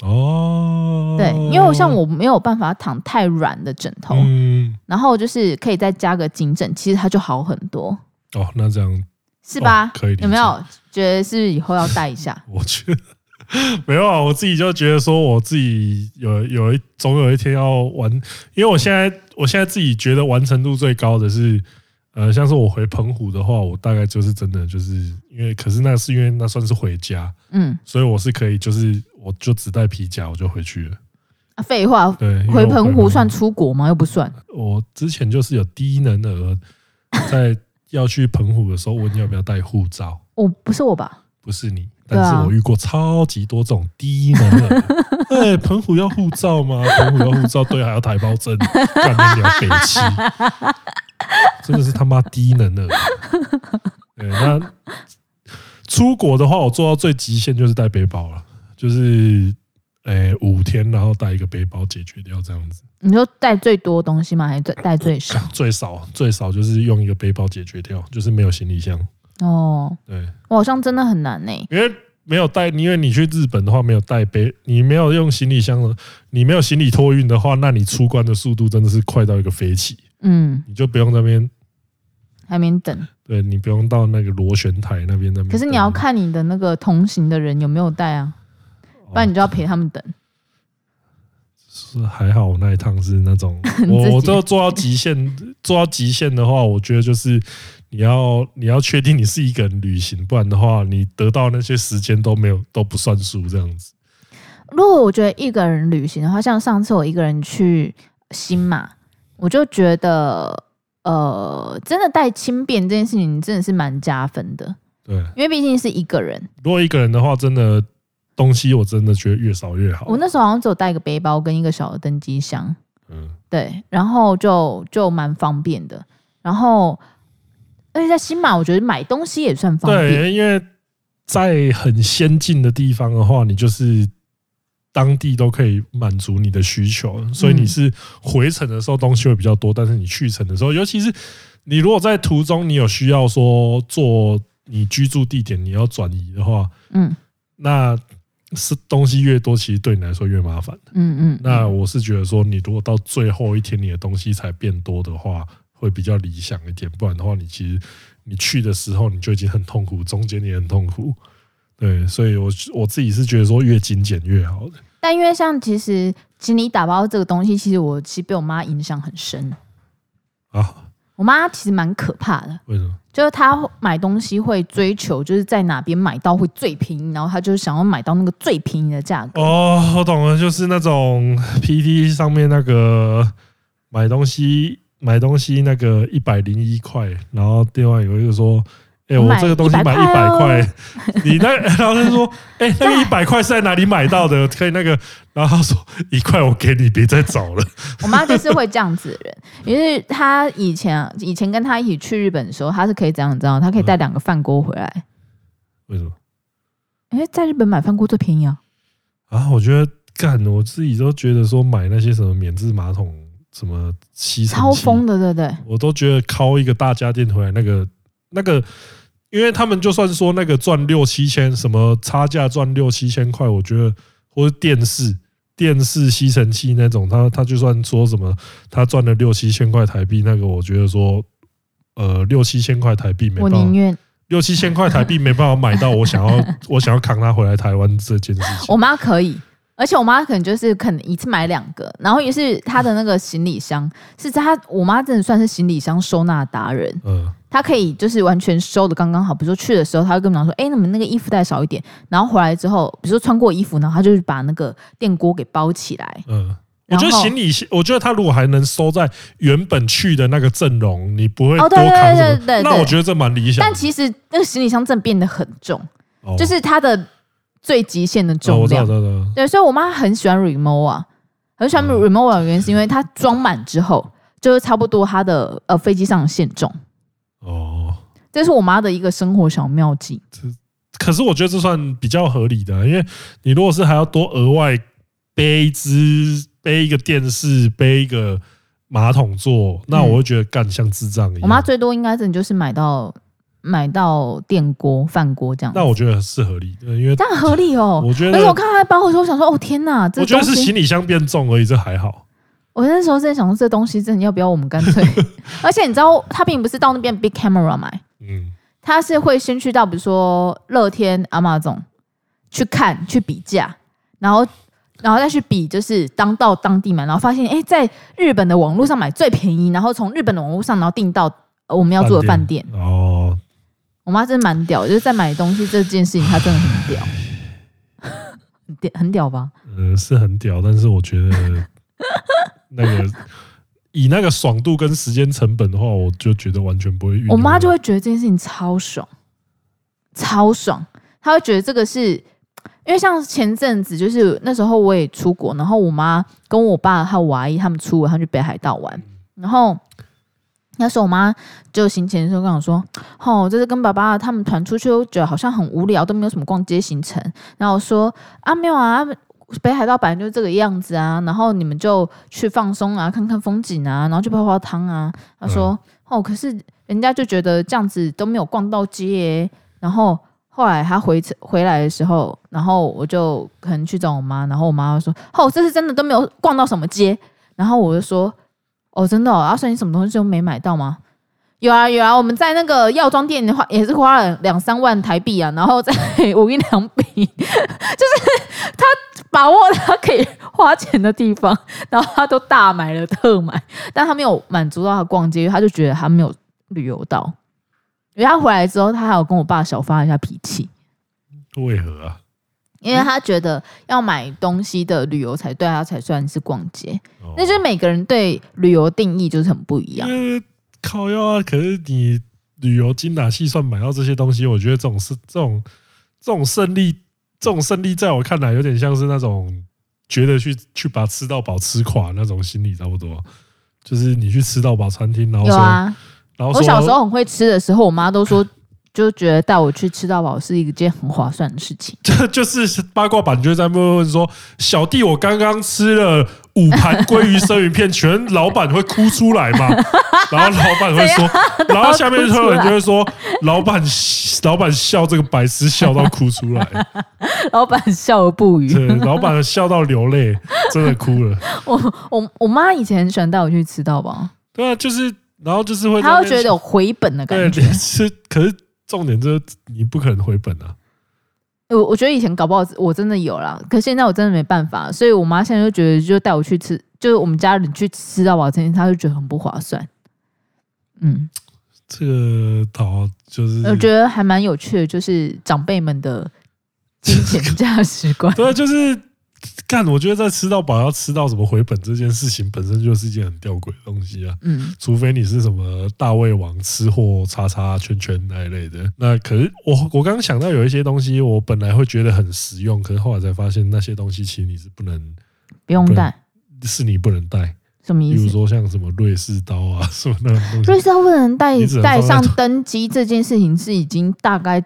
A: 哦，
B: 对，因为我像我没有办法躺太软的枕头，
A: 嗯，
B: 然后就是可以再加个颈枕，其实它就好很多，
A: 哦，那这样
B: 是吧？
A: 哦可以理解？
B: 有没有觉得是以后要带一下
A: 我觉得 没有啊，我自己就觉得说，我自己有有一总有一天要完，因为我现在我现在自己觉得完成度最高的是，呃，像是我回澎湖的话，我大概就是真的就是因为，可是那是因为那算是回家，
B: 嗯，
A: 所以我是可以就是我就只带皮夹我就回去了。
B: 啊废话，
A: 对，因为我
B: 回澎湖算出国吗？又不算。
A: 我之前就是有低能儿 在要去澎湖的时候问要不要带护照，
B: 我哦不是我吧？
A: 不是你，
B: 对啊
A: 但是我遇过超级多这种低能 儿。哎，澎湖要护照吗？澎湖要护照，对，还要台胞证， 干你娘北七，真的是他妈低能 儿。对，那出国的话，我做到最极限就是带背包了，就是哎五天，然后带一个背包解决掉这样子，
B: 你说带最多东西吗？还是带带最 少？
A: 最少最少就是用一个背包解决掉，就是没有行李箱。
B: 哦，
A: 对，
B: 我好像真的很难呢、欸
A: 因为没有带，因为你去日本的话没有带背，你没有用行李箱的，你没有行李托运的话，那你出关的速度真的是快到一个飞起，
B: 嗯，
A: 你就不用那边，
B: 还没等。
A: 对你不用到那个螺旋台那边那边。
B: 可是你要，看你的那个同行的人有没有带啊，不然你就要陪他们等。
A: 是还好，我那一趟是那 种
B: 己
A: 我我都做到极限，做到极限的话，我觉得就是。你要你要确定你是一个人旅行，不然的话，你得到那些时间都没有都不算数这样子。
B: 如果我觉得一个人旅行的话，像上次我一个人去新马，我就觉得呃，真的带轻便这件事情真的是蛮加分的，
A: 对，
B: 因为毕竟是一个人。
A: 如果一个人的话，真的东西我真的觉得越少越好。
B: 我那时候好像只有带一个背包跟一个小的登机箱，
A: 嗯，
B: 对，然后就就蛮方便的。然后而且在新马，我觉得买东西也算方便。
A: 对，因为在很先进的地方的话，你就是当地都可以满足
B: 嗯
A: 你的需求，所以你是回程的时候东西会比较多，但是你去程的时候，尤其是你如果在途中你有需要说做你居住地点你要转移的话，
B: 嗯
A: 那是东西越多，其实对你来说越麻烦。
B: 嗯嗯，
A: 那我是觉得说，你如果到最后一天你的东西才变多的话，会比较理想一点。不然的话，你其实你去的时候你就已经很痛苦，中间你也很痛苦。对，所以我我自己是觉得说越精简越好的。
B: 但因为像其实其实你打包这个东西，其实我其实被我妈影响很深。
A: 啊，
B: 我妈其实蛮可怕的，
A: 为什么？
B: 就是她买东西会追求，就是在哪边买到会最便宜，然后她就是想要买到那个最便宜的价格。
A: 哦，我懂了，就是那种 PT 上面那个买东西买东西那个一百零一块，然后另外有一个说。哎、我
B: 买
A: 这个东西买一百
B: 100
A: 块
B: 块，
A: 你那个然后他就说，哎、那个一百块是在哪里买到的？可以那个，然后他说一块我给你，别再找了。
B: 我妈就是会这样子的人，因为她以前啊以前跟她一起去日本的时候，她是可以怎样，你知道吗？她可以带两个饭锅回来，
A: 为什么
B: 因为在日本买饭锅最便宜啊。
A: 啊？我觉得干，我自己都觉得说买那些什么免治马桶、什么吸尘器
B: 超疯的，对不对？
A: 我都觉得靠一个大家电回来那个那个，因为他们就算说那个赚六七千，什么差价赚六七千块，我觉得或者电视电视吸尘器那种，他他就算说什么他赚了六七千块台币，那个我觉得说呃六七千块台币没
B: 我
A: 办
B: 宁
A: 法。
B: 愿
A: 六七千块台币没办法买到我想要 我想要扛他回来台湾这件事情
B: 我妈可以，而且我妈可能就是可能一次买两个，然后也是她的那个行李箱，是她我妈真的算是行李箱收纳达人，
A: 嗯，
B: 她可以就是完全收的刚刚好。比如说去的时候，她会跟我们讲说，哎、你们那个衣服带少一点，然后回来之后，比如说穿过衣服，然后她就是把那个电锅给包起来。
A: 嗯，我
B: 然
A: 觉
B: 后
A: 得行李，我觉得他如果还能收在原本去的那个阵容，你不会多
B: 哦对对
A: 扛什
B: 对
A: 么，
B: 对对
A: 那我觉得这蛮理想的。
B: 但其实那个行李箱真的变得很重，
A: 哦
B: 就是它的最极限的
A: 哦
B: 重
A: 我知道，
B: 量
A: 我。知道，我知道
B: 对，所以我妈很喜欢 Remova，很喜欢
A: 嗯
B: Remova 的原因是因为它装满之后就是差不多它的呃飞机上的限重，
A: 哦。
B: 这是我妈的一个生活小妙计。
A: 可是我觉得这算比较合理的，因为你如果是还要多额外背一只背一个电视，背一个马桶座，那我会觉得干像智障一
B: 我妈
A: 样。
B: 最多应该真的就是买到买到电锅、饭锅这样子
A: 那，我觉得是合理的，因为
B: 这样合理哦。
A: 我觉
B: 而且我
A: 得
B: 看她包的时候，我想说，哦天哪，这
A: 我觉
B: 东
A: 得是
B: 西
A: 行！李箱变重而已，这还好。
B: 我那时候在想说，这东西真的要不要我们干 脆？而且你知道，她并不是到那边 Big Camera 买，
A: 嗯，
B: 她是会先去到比如说乐天、阿玛总去看、去比价，然后然后再去比，就是当到当地买，然后发现哎，诶在日本的网络上买最便宜，然后从日本的网络上然后订到呃我们要住的饭店。
A: 哦，
B: 我妈真的蛮屌，就是在买东西这件事情，她真的很屌，很屌很屌吧？
A: 呃，是很屌，但是我觉得 那个以那个爽度跟时间成本的话，我就觉得完全不会运用。
B: 我妈就会觉得这件事情超爽，超爽，她会觉得这个是。因为像前阵子，就是那时候我也出国，然后我妈跟我爸还有我阿姨他们出国，他们去北海道玩，然后那时候我妈就行前的时候跟我说：“哦，这次跟爸爸他们团出去，我觉得好像很无聊，都没有什么逛街行程。”然后我说：“啊，没有啊，北海道本来就是这个样子啊，然后你们就去放松啊，看看风景啊，然后去泡泡汤啊。”她说：“哦，可是人家就觉得这样子都没有逛到街耶、然后后来她回回来的时候，然后我就可能去找我妈，然后我妈说：“哦，这次真的都没有逛到什么街。”然后我就说：“哦，真的、哦，阿、啊、顺，你什么东西都没买到吗？有啊有啊，我们在那个药妆店的话也是花了两三万台币啊，然后在 无印良品， 就是他把握了他可以花钱的地方， 然后他都大买了特买，但他没有满足到他逛街，他就觉得他没有旅游到。因为他回来之后，他还有跟我爸小发一下脾气，
A: 为何啊？
B: 因为他觉得要买东西的旅游才对他才算是逛街，
A: 哦
B: 那就是每个人对旅游定义就是很不一样。
A: 因为靠药啊！可是你旅游精打细算买到这些东西，我觉得这种是这种这种胜利，这种胜利在我看来有点像是那种觉得去去把吃到饱吃垮那种心理差不多。就是你去吃到饱餐厅，然后
B: 有
A: 说，
B: 啊，
A: 然后
B: 我
A: 哦说
B: 小时候很会吃的时候，我妈都说 就觉得带我去吃到饱是一件很划算的事情。
A: 这 就是八卦版就会在问问说：“小弟，我刚刚吃了五盘鲑鱼生鱼片，全老板会哭出来 嘛？”然后老板会说， 然后下面就有人就会说：“老板，老板笑这个白痴笑到哭出来，
B: 老板笑而不语。
A: 对，老板笑到流泪，真的哭了。
B: 我我我妈以前很喜欢带我去吃到饱，”
A: 对啊，就是，然后就是会在
B: 她
A: 那
B: 会
A: 边
B: 觉得有回本的
A: 对
B: 感觉。
A: 是，可是重点就是你不可能回本啊。
B: 我我觉得以前搞不好我真的有啦，可现在我真的没办法，所以我妈现在就觉得就带我去吃，就是我们家人去吃到饱这件事，她就觉得很不划算。嗯，
A: 这个岛就是，。
B: 我觉得还蛮有趣的，就是长辈们的金钱价值观
A: 对啊，就是干。我觉得在吃到饱要吃到什么回本这件事情，本身就是一件很吊诡的东西啊。
B: 嗯，
A: 除非你是什么大胃王、吃货、叉叉圈圈那一类的。那可是我我刚刚想到有一些东西，我本来会觉得很实用，可是后来才发现那些东西其实你是不能，
B: 不用
A: 不然
B: 带，
A: 是你不能带。
B: 什么
A: 比
B: 意
A: 如
B: 思？
A: 说像什么瑞士刀啊，什么那种东西。
B: 嗯瑞士不能带
A: 你只能
B: 带
A: 放在
B: 上
A: 桌
B: 登机这件事情是已经 大概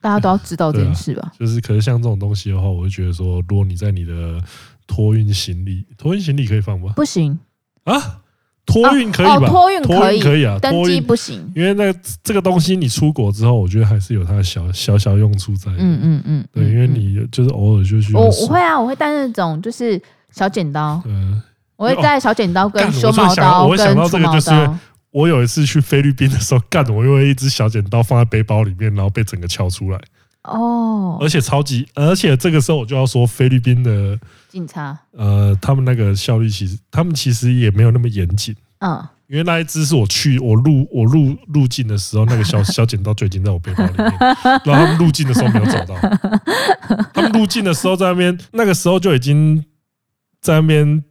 B: 大家都要知道这件事吧？
A: 就是，可是像这种东西的话，我就觉得说，如果你在你的托运行李，托运行李可以放吗？
B: 不行，
A: 啊，托运可以
B: 哦，
A: 吧？
B: 托运
A: 托
B: 可以，
A: 运可以啊，
B: 登
A: 托
B: 机
A: 运。
B: 不行。
A: 因为那个这个东西你出国之后，我觉得还是有它的小小小用处在。
B: 嗯，嗯嗯，
A: 对，
B: 嗯
A: 因为
B: 嗯
A: 你就是偶尔就去。
B: 我我会。啊，我会带那种就是小剪刀，
A: 嗯，
B: 我会带小剪刀
A: 哦干
B: 跟
A: 我
B: 修
A: 就
B: 毛
A: 想到
B: 刀
A: 我想
B: 跟
A: 到
B: 除
A: 这个
B: 毛
A: 就是因为
B: 刀。
A: 我有一次去菲律宾的时候，干我因为一只小剪刀放在背包里面，然后被整个撬出来，
B: 哦，
A: 而且超级，而且这个时候我就要说菲律宾的
B: 警察，
A: 呃，他们那个效率其实他们其实也没有那么严谨。
B: 嗯，
A: 因为那一只是我去我入我入入境的时候，那个小 小剪刀就已经在我背包里面，然后他们入境的时候没有找到，他们入境的时候在那边，那个时候就已经在那边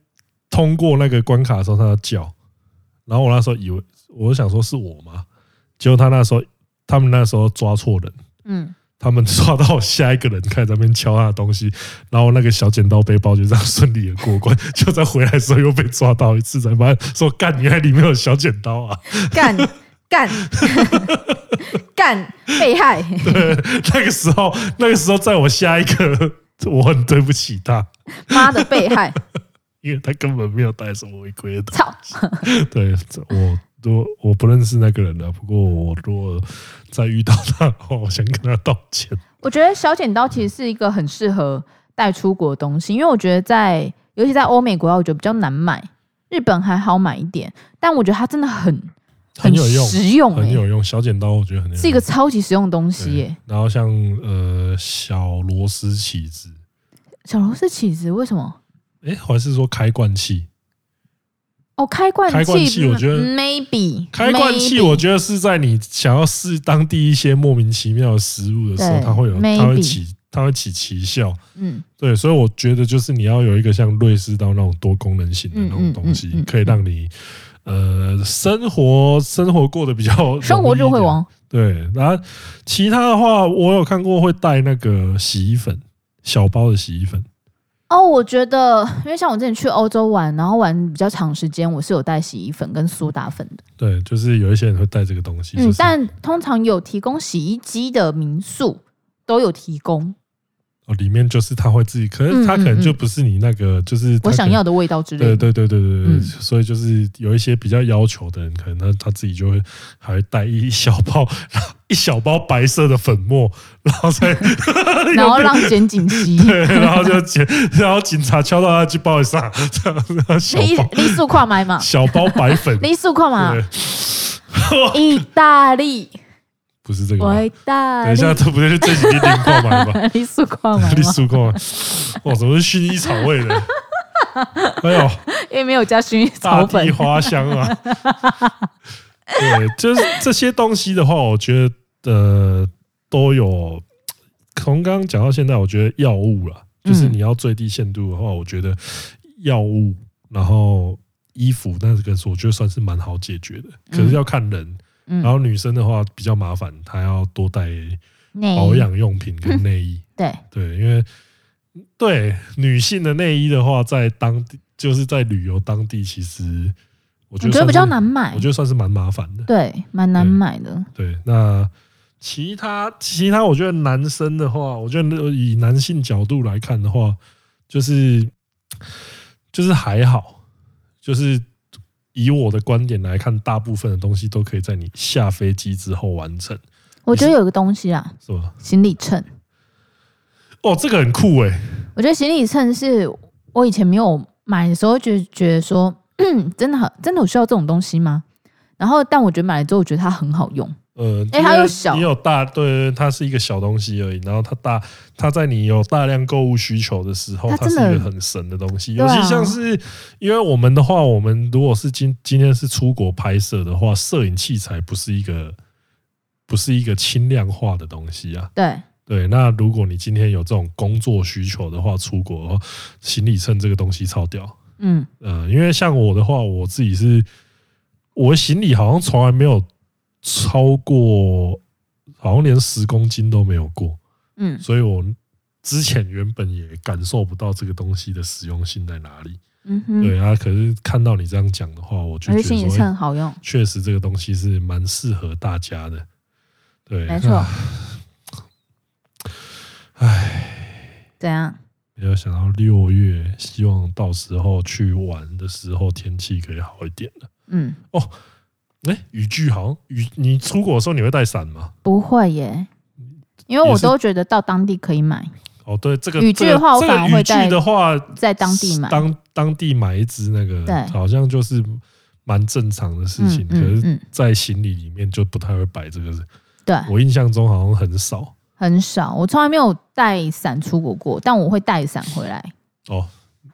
A: 通过那个关卡的时候，他要叫，然后我那时候以为我想说是我嘛，结果他那时候他们那时候抓错人。
B: 嗯，
A: 他们抓到下一个人，开始在那边敲他的东西，然后那个小剪刀背包就这样顺利的过关，就在回来的时候又被抓到一次，才发现说干，原来里面有小剪刀啊！
B: 干干 干被害，
A: 那个时候，那个时候在我下一个，我很对不起他，
B: 妈的被害，
A: 因为他根本没有带什么违规的东
B: 操！
A: 西。对，这我我我不认识那个人了，不过我如果再遇到他的 话，我想跟他道歉。
B: 我觉得小剪刀其实是一个很适合带出国的东西，因为我觉得在尤其在欧美国家，我觉得比较难买，日本还好买一点，但我觉得它真的很
A: 很有用
B: 实用、欸，
A: 很有用，小剪刀我觉得很有用
B: 是一个超级实用的东西耶、
A: 对然后像呃小螺丝起子，
B: 小螺丝起子为什么？
A: 哎、还是说开罐器？
B: 哦，开罐
A: 开罐器我觉得
B: 嗯 maybe
A: 开罐器，
B: maybe
A: 我觉得是在你想要试当地一些莫名其妙的食物的时候，
B: 对
A: 它会有，它会
B: maybe
A: 起，它会起奇效。
B: 嗯
A: 对，所以我觉得就是你要有一个像瑞士刀那种多功能型的那
B: 嗯嗯
A: 种东西，
B: 嗯嗯
A: 可以让你呃生活生活过得比较容易
B: 生活智慧
A: 一点。
B: 王
A: 对，然后其他的话，我有看过会带那个洗衣粉，小包的洗衣粉。
B: 哦，我觉得因为像我之前去欧洲玩，然后玩比较长时间，我是有带洗衣粉跟苏打粉的，
A: 对，就是有一些人会带这个东西，就
B: 嗯，
A: 是
B: 但通常有提供洗衣机的民宿都有提供
A: 哦，里面就是他会自己，可是他可能就不是你那个，就是他
B: 嗯我
A: 可
B: 想
A: 能
B: 要的味道之类的
A: 对。对对对对对，
B: 嗯
A: 所以就是有一些比较要求的人，可能他他自己就会还会带一小包 一小包白色的粉末，然后 再
B: 然后让检警吸。
A: 对，然后就警然后警察敲到他去报一下，这样然后小
B: 你
A: 包
B: 你速跨买 嘛，
A: 小包白粉，
B: 你啊速跨嘛
A: 对，，
B: 意大利，
A: 不是这个吧。
B: 维大
A: 等一
B: 利，
A: 下，这不对，是这几天零购买吧？
B: 你速跨买
A: 栗
B: 嘛，
A: 树购 买，啊哇，怎么是薰衣草味的？哎呦，
B: 因为没有加薰衣
A: 大
B: 草粉
A: 地。 花香啊。 对，就是这些东西的话，我觉得呃都有。从刚刚讲到现在，我觉得药物啦，就是
B: 嗯
A: 你要最低限度的话，我觉得药物，然后衣服那个，我觉得算是蛮好解决的。可是要看人，
B: 嗯
A: 然后女生的话比较麻烦，她要多带
B: 内
A: 保养用品跟内衣。
B: 对，
A: 对，因为对女性的内衣的话，在当地就是在旅游当地，其实我觉得
B: 我觉得
A: 算
B: 比
A: 是
B: 较难买
A: 我觉，得算是蛮麻烦的。
B: 对，蛮难买的。
A: 对，那其他其他，我觉得男生的话，我觉得以男性角度来看的话，就是就是还好，就是以我的观点来看，大部分的东西都可以在你下飞机之后完成，
B: 我觉得有个东西啊，
A: 是吧？
B: 行李秤。
A: 哦，这个很酷哎、
B: 我觉得行李秤是我以前没有买的时候，就觉得说， 嗯，真的好，真的有需要这种东西吗？然后，但我觉得买了之后，我觉得它很好用。
A: 呃，
B: 哎它又小
A: 你有大，对对对，它是一个小东西而已。然后它大，它在你有大量购物需求的时候，
B: 它
A: 它是
B: 真的
A: 一个很神的东西。尤
B: 对啊
A: 其像是，因为我们的话，我们如果是今今天是出国拍摄的话，摄影器材不是一个不是一个轻量化的东西啊。
B: 对，
A: 对，那如果你今天有这种工作需求的话，出国的话，行李秤这个东西超屌。
B: 嗯，
A: 呃，因为像我的话，我自己是我的行李好像从来没有超过，好像连十公斤都没有过，
B: 嗯
A: 所以我之前原本也感受不到这个东西的实用性在哪里。
B: 嗯哼，
A: 对啊，可是看到你这样讲的话，我就
B: 我觉得
A: 觉
B: 行
A: 得
B: 李
A: 说，
B: 秤
A: 哎
B: 很好用，
A: 确实这个东西是蛮适合大家的。对，
B: 没错
A: 啊。
B: 怎样？
A: 没有想到六月，希望到时候去玩的时候天气可以好一点。
B: 嗯，
A: 哎、雨具好像雨，你出国的时候你会带伞吗？
B: 不会耶，因为
A: 也
B: 我
A: 是
B: 都觉得到当地可以买，
A: 哦，对，这个
B: 雨
A: 这
B: 具
A: 个
B: 的话我
A: 这个
B: 反而会
A: 雨具
B: 带
A: 的话，
B: 在当地买。
A: 当当地买一只那个，
B: 对
A: 好像就是蛮正常的事情
B: 嗯。嗯
A: 可是，
B: 嗯，
A: 在行李里面就不太会摆这个，
B: 对，
A: 我印象中好像很少
B: 很少，我从来没有带伞出国过，但我会带伞回来。
A: 哦。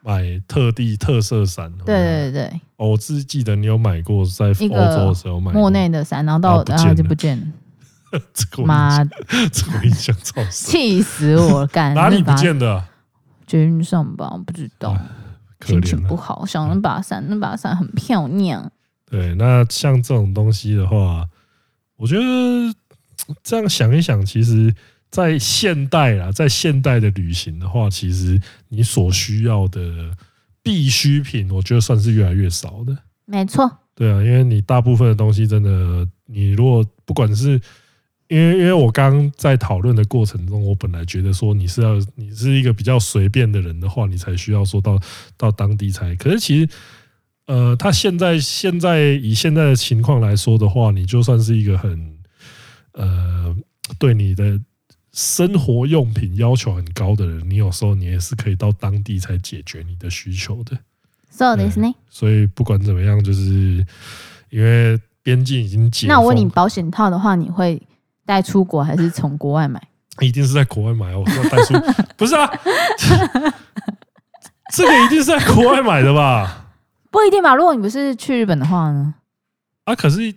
A: 买特地特色伞，
B: 对对对
A: 哦，我只记得你有买过，在欧
B: 一个
A: 洲的时候买
B: 对，
A: 过
B: 莫内，的伞，然后
A: 啊
B: 到
A: 不见
B: 然后就
A: 了
B: 不见了，
A: 这个我印
B: 妈
A: 象，这个我印象超深，
B: 气死我！干
A: 哪里
B: 那
A: 不
B: 把
A: 见的啊？
B: 捷运上吧，我不知道，
A: 可
B: 心情
A: 怜啊
B: 不
A: 了。
B: 好，想那把伞，那把伞很漂亮。
A: 对，那像这种东西的话，我觉得这样想一想，其实，在现代啦，在现代的旅行的话，其实你所需要的必需品，我觉得算是越来越少的。
B: 没错，
A: 对啊，因为你大部分的东西真的，你如果不管是因为因为我刚刚在讨论的过程中，我本来觉得说你是要你是一个比较随便的人的话，你才需要说到到当地才。可是其实，呃，他现在现在以现在的情况来说的话，你就算是一个很呃对你的生活用品要求很高的人，你有时候你也是可以到当地才解决你的需求的。
B: そうですね。
A: 所以不管怎么样，就是因为边境已经解封，
B: 那我问你，保险套的话，你会带出国还是从国外买？
A: 一定是在国外买哦，我说带出 不是啊，这个一定是在国外买的吧？
B: 不一定吧。如果你不是去日本的话呢？
A: 啊，可是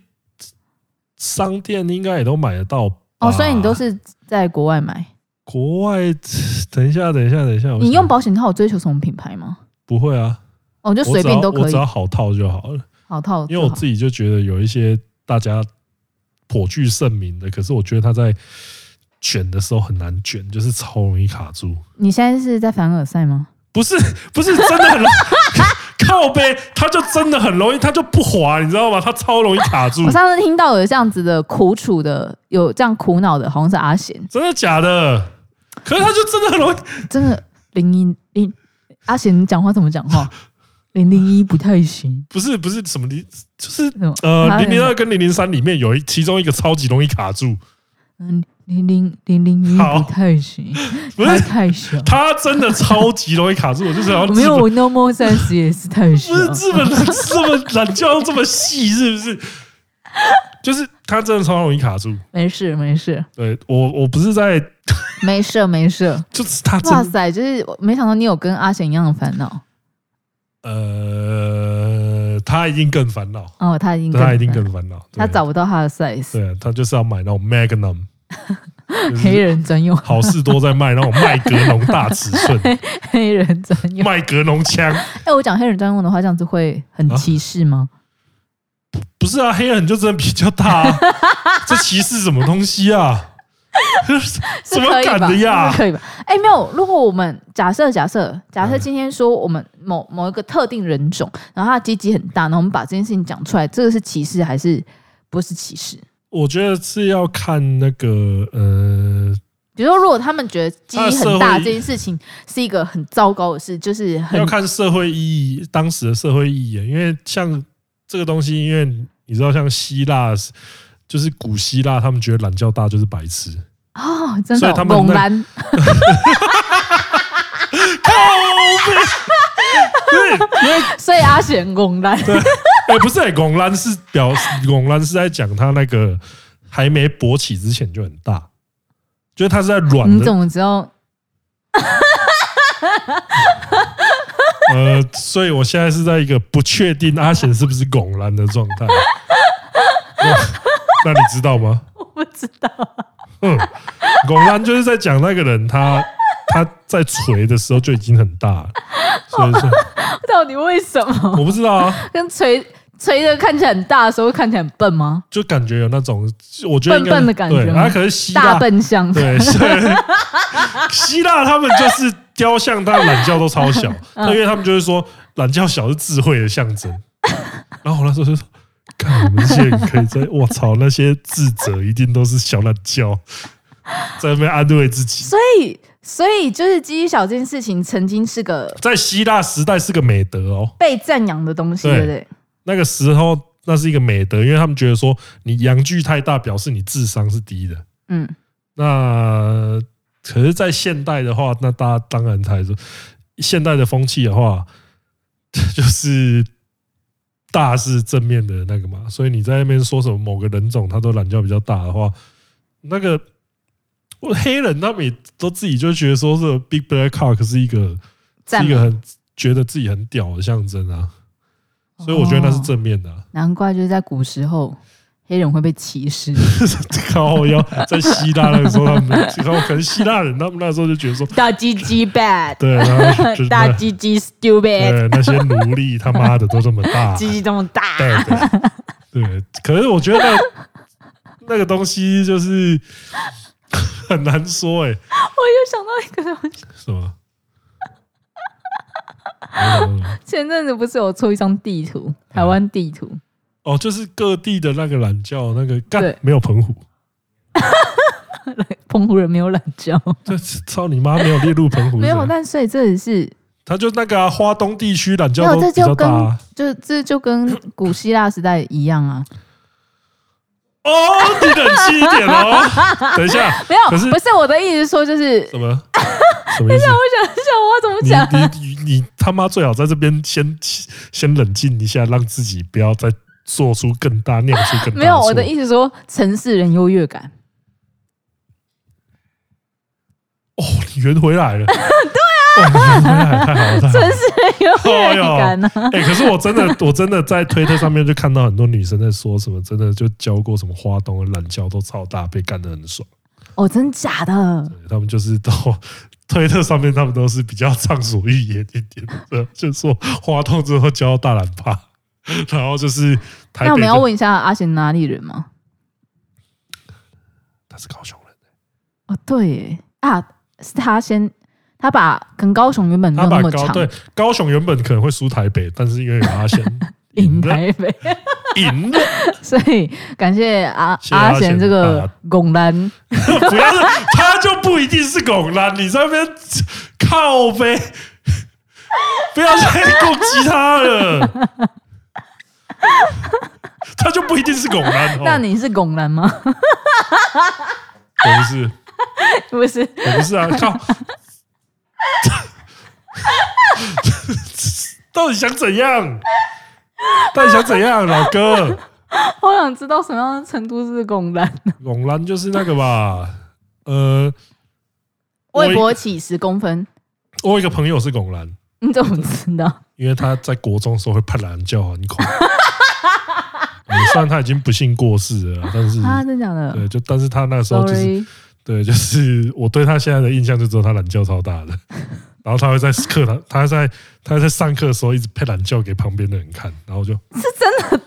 A: 商店应该也都买得到吧
B: 哦，所以你都是在国外买。
A: 国外？等一下，等一下，等一下，我
B: 你
A: 想
B: 用保险套有追求什么品牌吗？
A: 不会啊？
B: 哦，就
A: 我
B: 随
A: 只要
B: 便都
A: 我
B: 可以
A: 只，要好套就好了。
B: 好套就好。
A: 因为我自己就觉得有一些大家颇具盛名的，可是我觉得他在卷的时候很难卷，就是超容易卡住。
B: 你现在是在凡尔赛吗？
A: 不是 不是真的很容易 靠背，它就真的很容易，它就不滑，你知道吗？它超容易卡住
B: 我，上次听到有这样子的苦楚的，有这样苦恼的，好像是阿贤，
A: 真的假的？可是它就真的很容易，
B: 真的零一零阿贤讲话怎么讲 话？零零一不太行，
A: 不是不是什么零，就是
B: 什么
A: 呃
B: 他
A: 零零二跟零零三里面有一其中一个超级容易卡住，
B: 嗯零零零零一
A: 好
B: 不太行，
A: 不
B: 他
A: 是
B: 太小。
A: 它真的超级容易卡住，我就是好像
B: 没
A: 日
B: 有，
A: 本
B: 我 No More 三十也是太小
A: 不。 是日本人这么懒觉这么细，是不是？就是它真的超容易卡住。
B: 没事，没事，
A: 对我我不是在，
B: 没事，没事。
A: 就是它真
B: 哇
A: 的
B: 塞，就是我没想到你有跟阿贤一样的烦恼
A: 呃，他一定更烦恼。
B: 哦，他已经
A: 对他一定
B: 烦
A: 更烦恼。啊对
B: 他找不到他的 size，
A: 对他就是要买那种 Magnum，就是
B: 黑人专用，
A: 好事多在卖那种麦格农大尺 寸、
B: 黑人专用。
A: 麦格农枪，
B: 哎，我讲黑人专用的话，这样子会
A: 啊
B: 很歧视吗？
A: 不是啊，黑人就真的比较大、 啊，这歧视什么东西啊？
B: 是
A: 怎
B: 可
A: 么
B: 以
A: 敢
B: 吧？
A: 的呀
B: 是？可以吧？哎，没有，如果我们假设假设假
A: 嗯
B: 设今天说我们某某一个特定人种，然后他的鸡鸡很大，然后我们把这件事情讲出来，这个是歧视还是不是歧视？
A: 我觉得是要看那个呃，
B: 比如说，如果他们觉得记
A: 他的
B: 忆
A: 社
B: 很大
A: 会
B: 这件事情是一个很糟糕的事，就是很
A: 要看社会意义，当时的社会意义，啊因为像这个东西，因为你知道，像希腊，就是古希腊，他们觉得懒觉大就是白痴，
B: 哦，真
A: 所
B: 的
A: 以他们
B: 猛
A: 那
B: 男
A: 对，因为
B: 所以阿贤拱来，
A: 哎、不是、欸，拱兰是表拱兰是在讲他那个还没勃起之前就很大，就是他是在软
B: 你
A: 的
B: 嗯怎么知道？
A: 呃，所以我现在是在一个不确定阿贤是不是拱兰的状态。那那你知道吗？
B: 我不知道，
A: 嗯，拱兰就是在讲那个人他他在垂的时候就已经很大了，所以说
B: 到底为什么
A: 我不知道啊，
B: 跟锤锤的看起来很大的时候会看起来很笨吗？
A: 就感觉有那种我觉得应该
B: 笨笨的感觉
A: 对，
B: 吗
A: 啊，可是希
B: 大
A: 腊
B: 笨象，
A: 对，是希腊他们就是雕像，但懒觉都超小，因为他们就是说懒觉小是智慧的象征。然后我那时候就说，看你们这些人可以在，我操，那些智者一定都是小懒觉，在那边安慰自己。
B: 所以所以就是记忆小这件事情曾经是个
A: 在希腊时代是个美德哦，
B: 被赞扬的东西，
A: 对
B: 对不对？
A: 那个时候那是一个美德，因为他们觉得说你阳具太大，表示你智商是低的。
B: 嗯，
A: 那可是，在现代的话，那大家当然才说，现代的风气的话，就是大是正面的那个嘛。所以你在那边说什么某个人种他都懒觉比较大的话，那个我黑人他们也都自己就觉得说是 Big Black Cock 是一个是
B: 赞
A: 一
B: 美
A: 个很觉得自己很屌的象征啊。所以我觉得那是
B: 哦
A: 正面的、啊，
B: 难怪就是在古时候黑人会被歧视。
A: 靠腰在希腊那个时候，他们然后可能希腊人他们那时候就觉得说，
B: 大鸡鸡 bad，
A: 对，然后就是
B: 大
A: 那
B: 鸡鸡 stupid，
A: 对那些奴隶他妈的都这么大，
B: 鸡鸡这么大，
A: 对对对，可是我觉得那那个东西就是很难说哎、
B: 我又想到一个东西，
A: 什 么？没有没有没有
B: 前阵子不是有出一张地图，台湾地图，
A: 哦，就是各地的那个懒觉，那个干
B: 对
A: 没有澎湖，
B: 澎湖人没有懒觉，
A: 这操你妈没有列入澎湖，
B: 没有，
A: 是吧
B: 但所以这也是
A: 他就那个啊花东地区懒觉
B: 没有，
A: 都
B: 这
A: 比较
B: 就
A: 大
B: 跟
A: 啊
B: 就这就跟古希腊时代一样啊，
A: 哦，你冷静一点哦，等一下，
B: 没有，
A: 可是
B: 不是我的意思是说就是，
A: 什么什么意思？
B: 我想想我要怎 么
A: 你
B: 讲，
A: 你你你他妈最好在这边先先冷静一下，让自己不要再做出更大、酿出更大。
B: 没有，我的意思是说城市人优越感，
A: 哦，你圆回 来了。对啊，你圆回来了太好了，太好
B: 城
A: 了。
B: 市人优越感呢、啊，
A: 啊 哎、可是我真的，我真的在推特上面就看到很多女生在说什么，真的就教过什么花东的懒觉都超大，被干得很爽。
B: 哦，真假的，
A: 他们就是都推特上面，他们都是比较畅所欲言一点的，就说花东之后教大懒趴，然后就是台北
B: 那我们要
A: 就
B: 问一下阿贤哪里人吗？
A: 他是高雄人。
B: 哦，对耶啊，是他先，他把跟高雄原本没
A: 他
B: 有嗯那
A: 把
B: 么
A: 高
B: 长，
A: 对高雄原本可能会输台北，但是因为有阿贤
B: 赢
A: 了，
B: 台北，
A: 赢了，
B: 所以感谢阿
A: 谢谢阿贤啊
B: 贤这个拱男，
A: 不要是他就不一定是拱啦，你在那边 靠呗， 不要再攻击他了， 他就不一定是拱啦。哦
B: 那你是拱男吗？
A: 我不是，
B: 不是，
A: 我不是 啊，靠， 到底想怎样？到底想怎样，老哥？
B: 我想知道什么样的程度是拱男。
A: 拱兰就是那个吧，呃，我
B: 微博起十公分，
A: 我有一个朋友是拱兰，
B: 你怎么知道？
A: 因为他在国中的时候会判懒觉很恐。 嗯虽然他已经不幸过世了，但是
B: 啊，真的假的
A: 嗯对，就但是他那时候就是
B: ？Sorry，
A: 对，就是我对他现在的印象就只有他懒觉超 大的，然后他会在课堂，他在他在上课的时候一直配懒觉给旁边的人看，然后就，
B: 是真的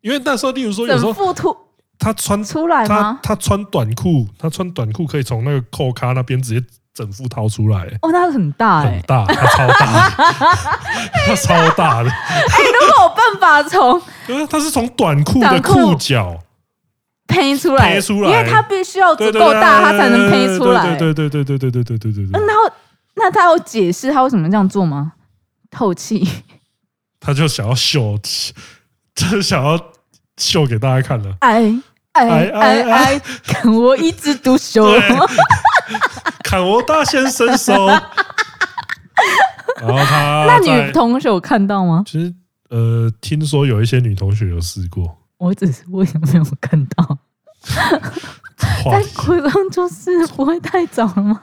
A: 因为那时候例如说有时
B: 整
A: 候
B: 副凸
A: 他穿
B: 出来
A: 他
B: 吗？
A: 他穿短裤，他穿短裤可以从那个扣咖那边直接整副掏出来、
B: 哦，那很大
A: 很
B: 哎！
A: 大，它超大的，它超大的，
B: 哎，如果有办法从
A: 因为它是从短裤的
B: 短裤
A: 裤脚
B: 呸出来，
A: 呸出来
B: 因为它必须要足
A: 对对
B: 够大，它
A: 对
B: 才能呸出来。
A: 对对对对对对对对对对
B: 嗯
A: 对，
B: 然后那他有解释他为什么这样做吗？透气，
A: 他就想要秀，就想要秀给大家看了。
B: 哎
A: 哎
B: 哎
A: 哎
B: 哎哎，看我一枝独秀。
A: 对，砍我大先生手。然后他
B: 那
A: 在
B: 女同学有看到吗？
A: 其实呃，听说有一些女同学有试过，
B: 我只是为什么没有看到？
A: 话
B: 在
A: 题
B: 鬼庄就是不会太早了吗？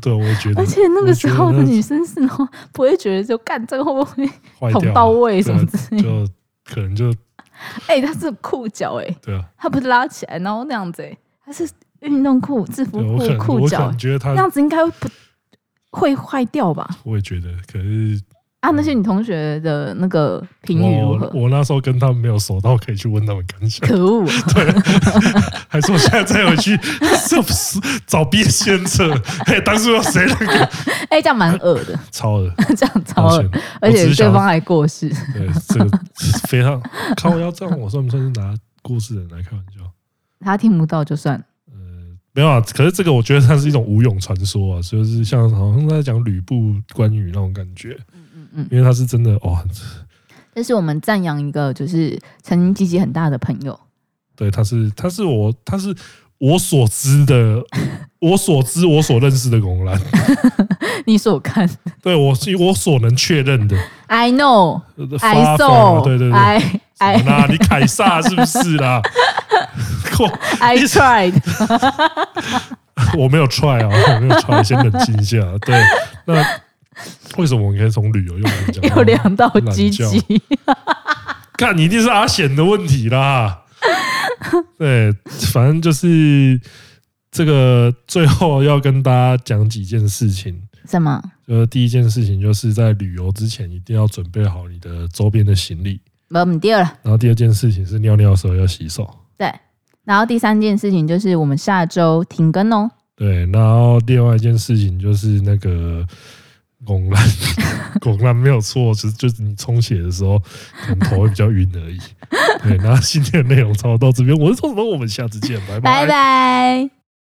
A: 对，我觉得
B: 而且那个时候
A: 我觉
B: 的
A: 得
B: 女生是哦，不会觉得就干这个会不会？
A: 坏
B: 捅
A: 掉
B: 到
A: 了
B: 位什
A: 对
B: 么
A: 啊
B: 之类的
A: 就可能就
B: 哎，她是裤脚哎，
A: 对啊，
B: 她不是拉起来然后那样子哎，她是运动裤、制服
A: 对我可
B: 裤、
A: 能
B: 裤
A: 我可
B: 脚哎
A: 能，觉得他，
B: 那样子应该会不会坏掉吧？
A: 我也觉得，可是
B: 啊，那些你同学的那个评语如
A: 我
B: 何？
A: 我那时候跟他们没有熟到可以去问他们感想，
B: 可恶啊！
A: 还是我现在再回去 是不是找毕业先生？哎，当初有谁那个
B: 哎，这样蛮恶的，
A: 超了，
B: 这样
A: 抱
B: 超恶
A: 歉，，
B: 而且
A: 我只是
B: 对
A: 想
B: 方还过世。
A: 对这个非常看我要这样，我算不算是拿故事人来开玩笑？
B: 他听不到就算了。
A: 没有啊，可是这个我觉得它是一种无勇传说啊，就是像好像在讲吕布、关羽那种感觉，
B: 嗯嗯，
A: 因为他是真的哦哇，
B: 这是我们赞扬一个就是曾经积极很大的朋友。
A: 对，他是他是我他是我所知的，我所知我所认识的拱兰，
B: 你所看
A: 对我是我所能确认的
B: ，I know,
A: 发疯
B: I saw，
A: 啊对对对，
B: I
A: 什
B: I
A: 么啦，你凯撒是不是啦？
B: I
A: 你
B: tried。
A: 我没有踹啊，我没有踹，先冷静一下。啊对，那为什么我们可以从旅游又来讲到
B: 有两道
A: 懒
B: 积
A: 觉
B: 极，
A: 看你一定是阿显的问题 啦。对，反正就是这个，最后要跟大家讲几件事情。
B: 什么？
A: 呃，第一件事情就是在旅游之前一定要准备好你的周边的行李，
B: 我们第二了。
A: 然后第二件事情是尿尿的时候要洗手。
B: 对，然后第三件事情就是我们下周停更哦。
A: 对，然后另外一件事情就是那个拱 烂，拱烂没有错，就是就是你充血的时候可能头会比较晕而已。对，那今天的内容差不多到这边，我是说什么？我们下次见，拜
B: 拜拜。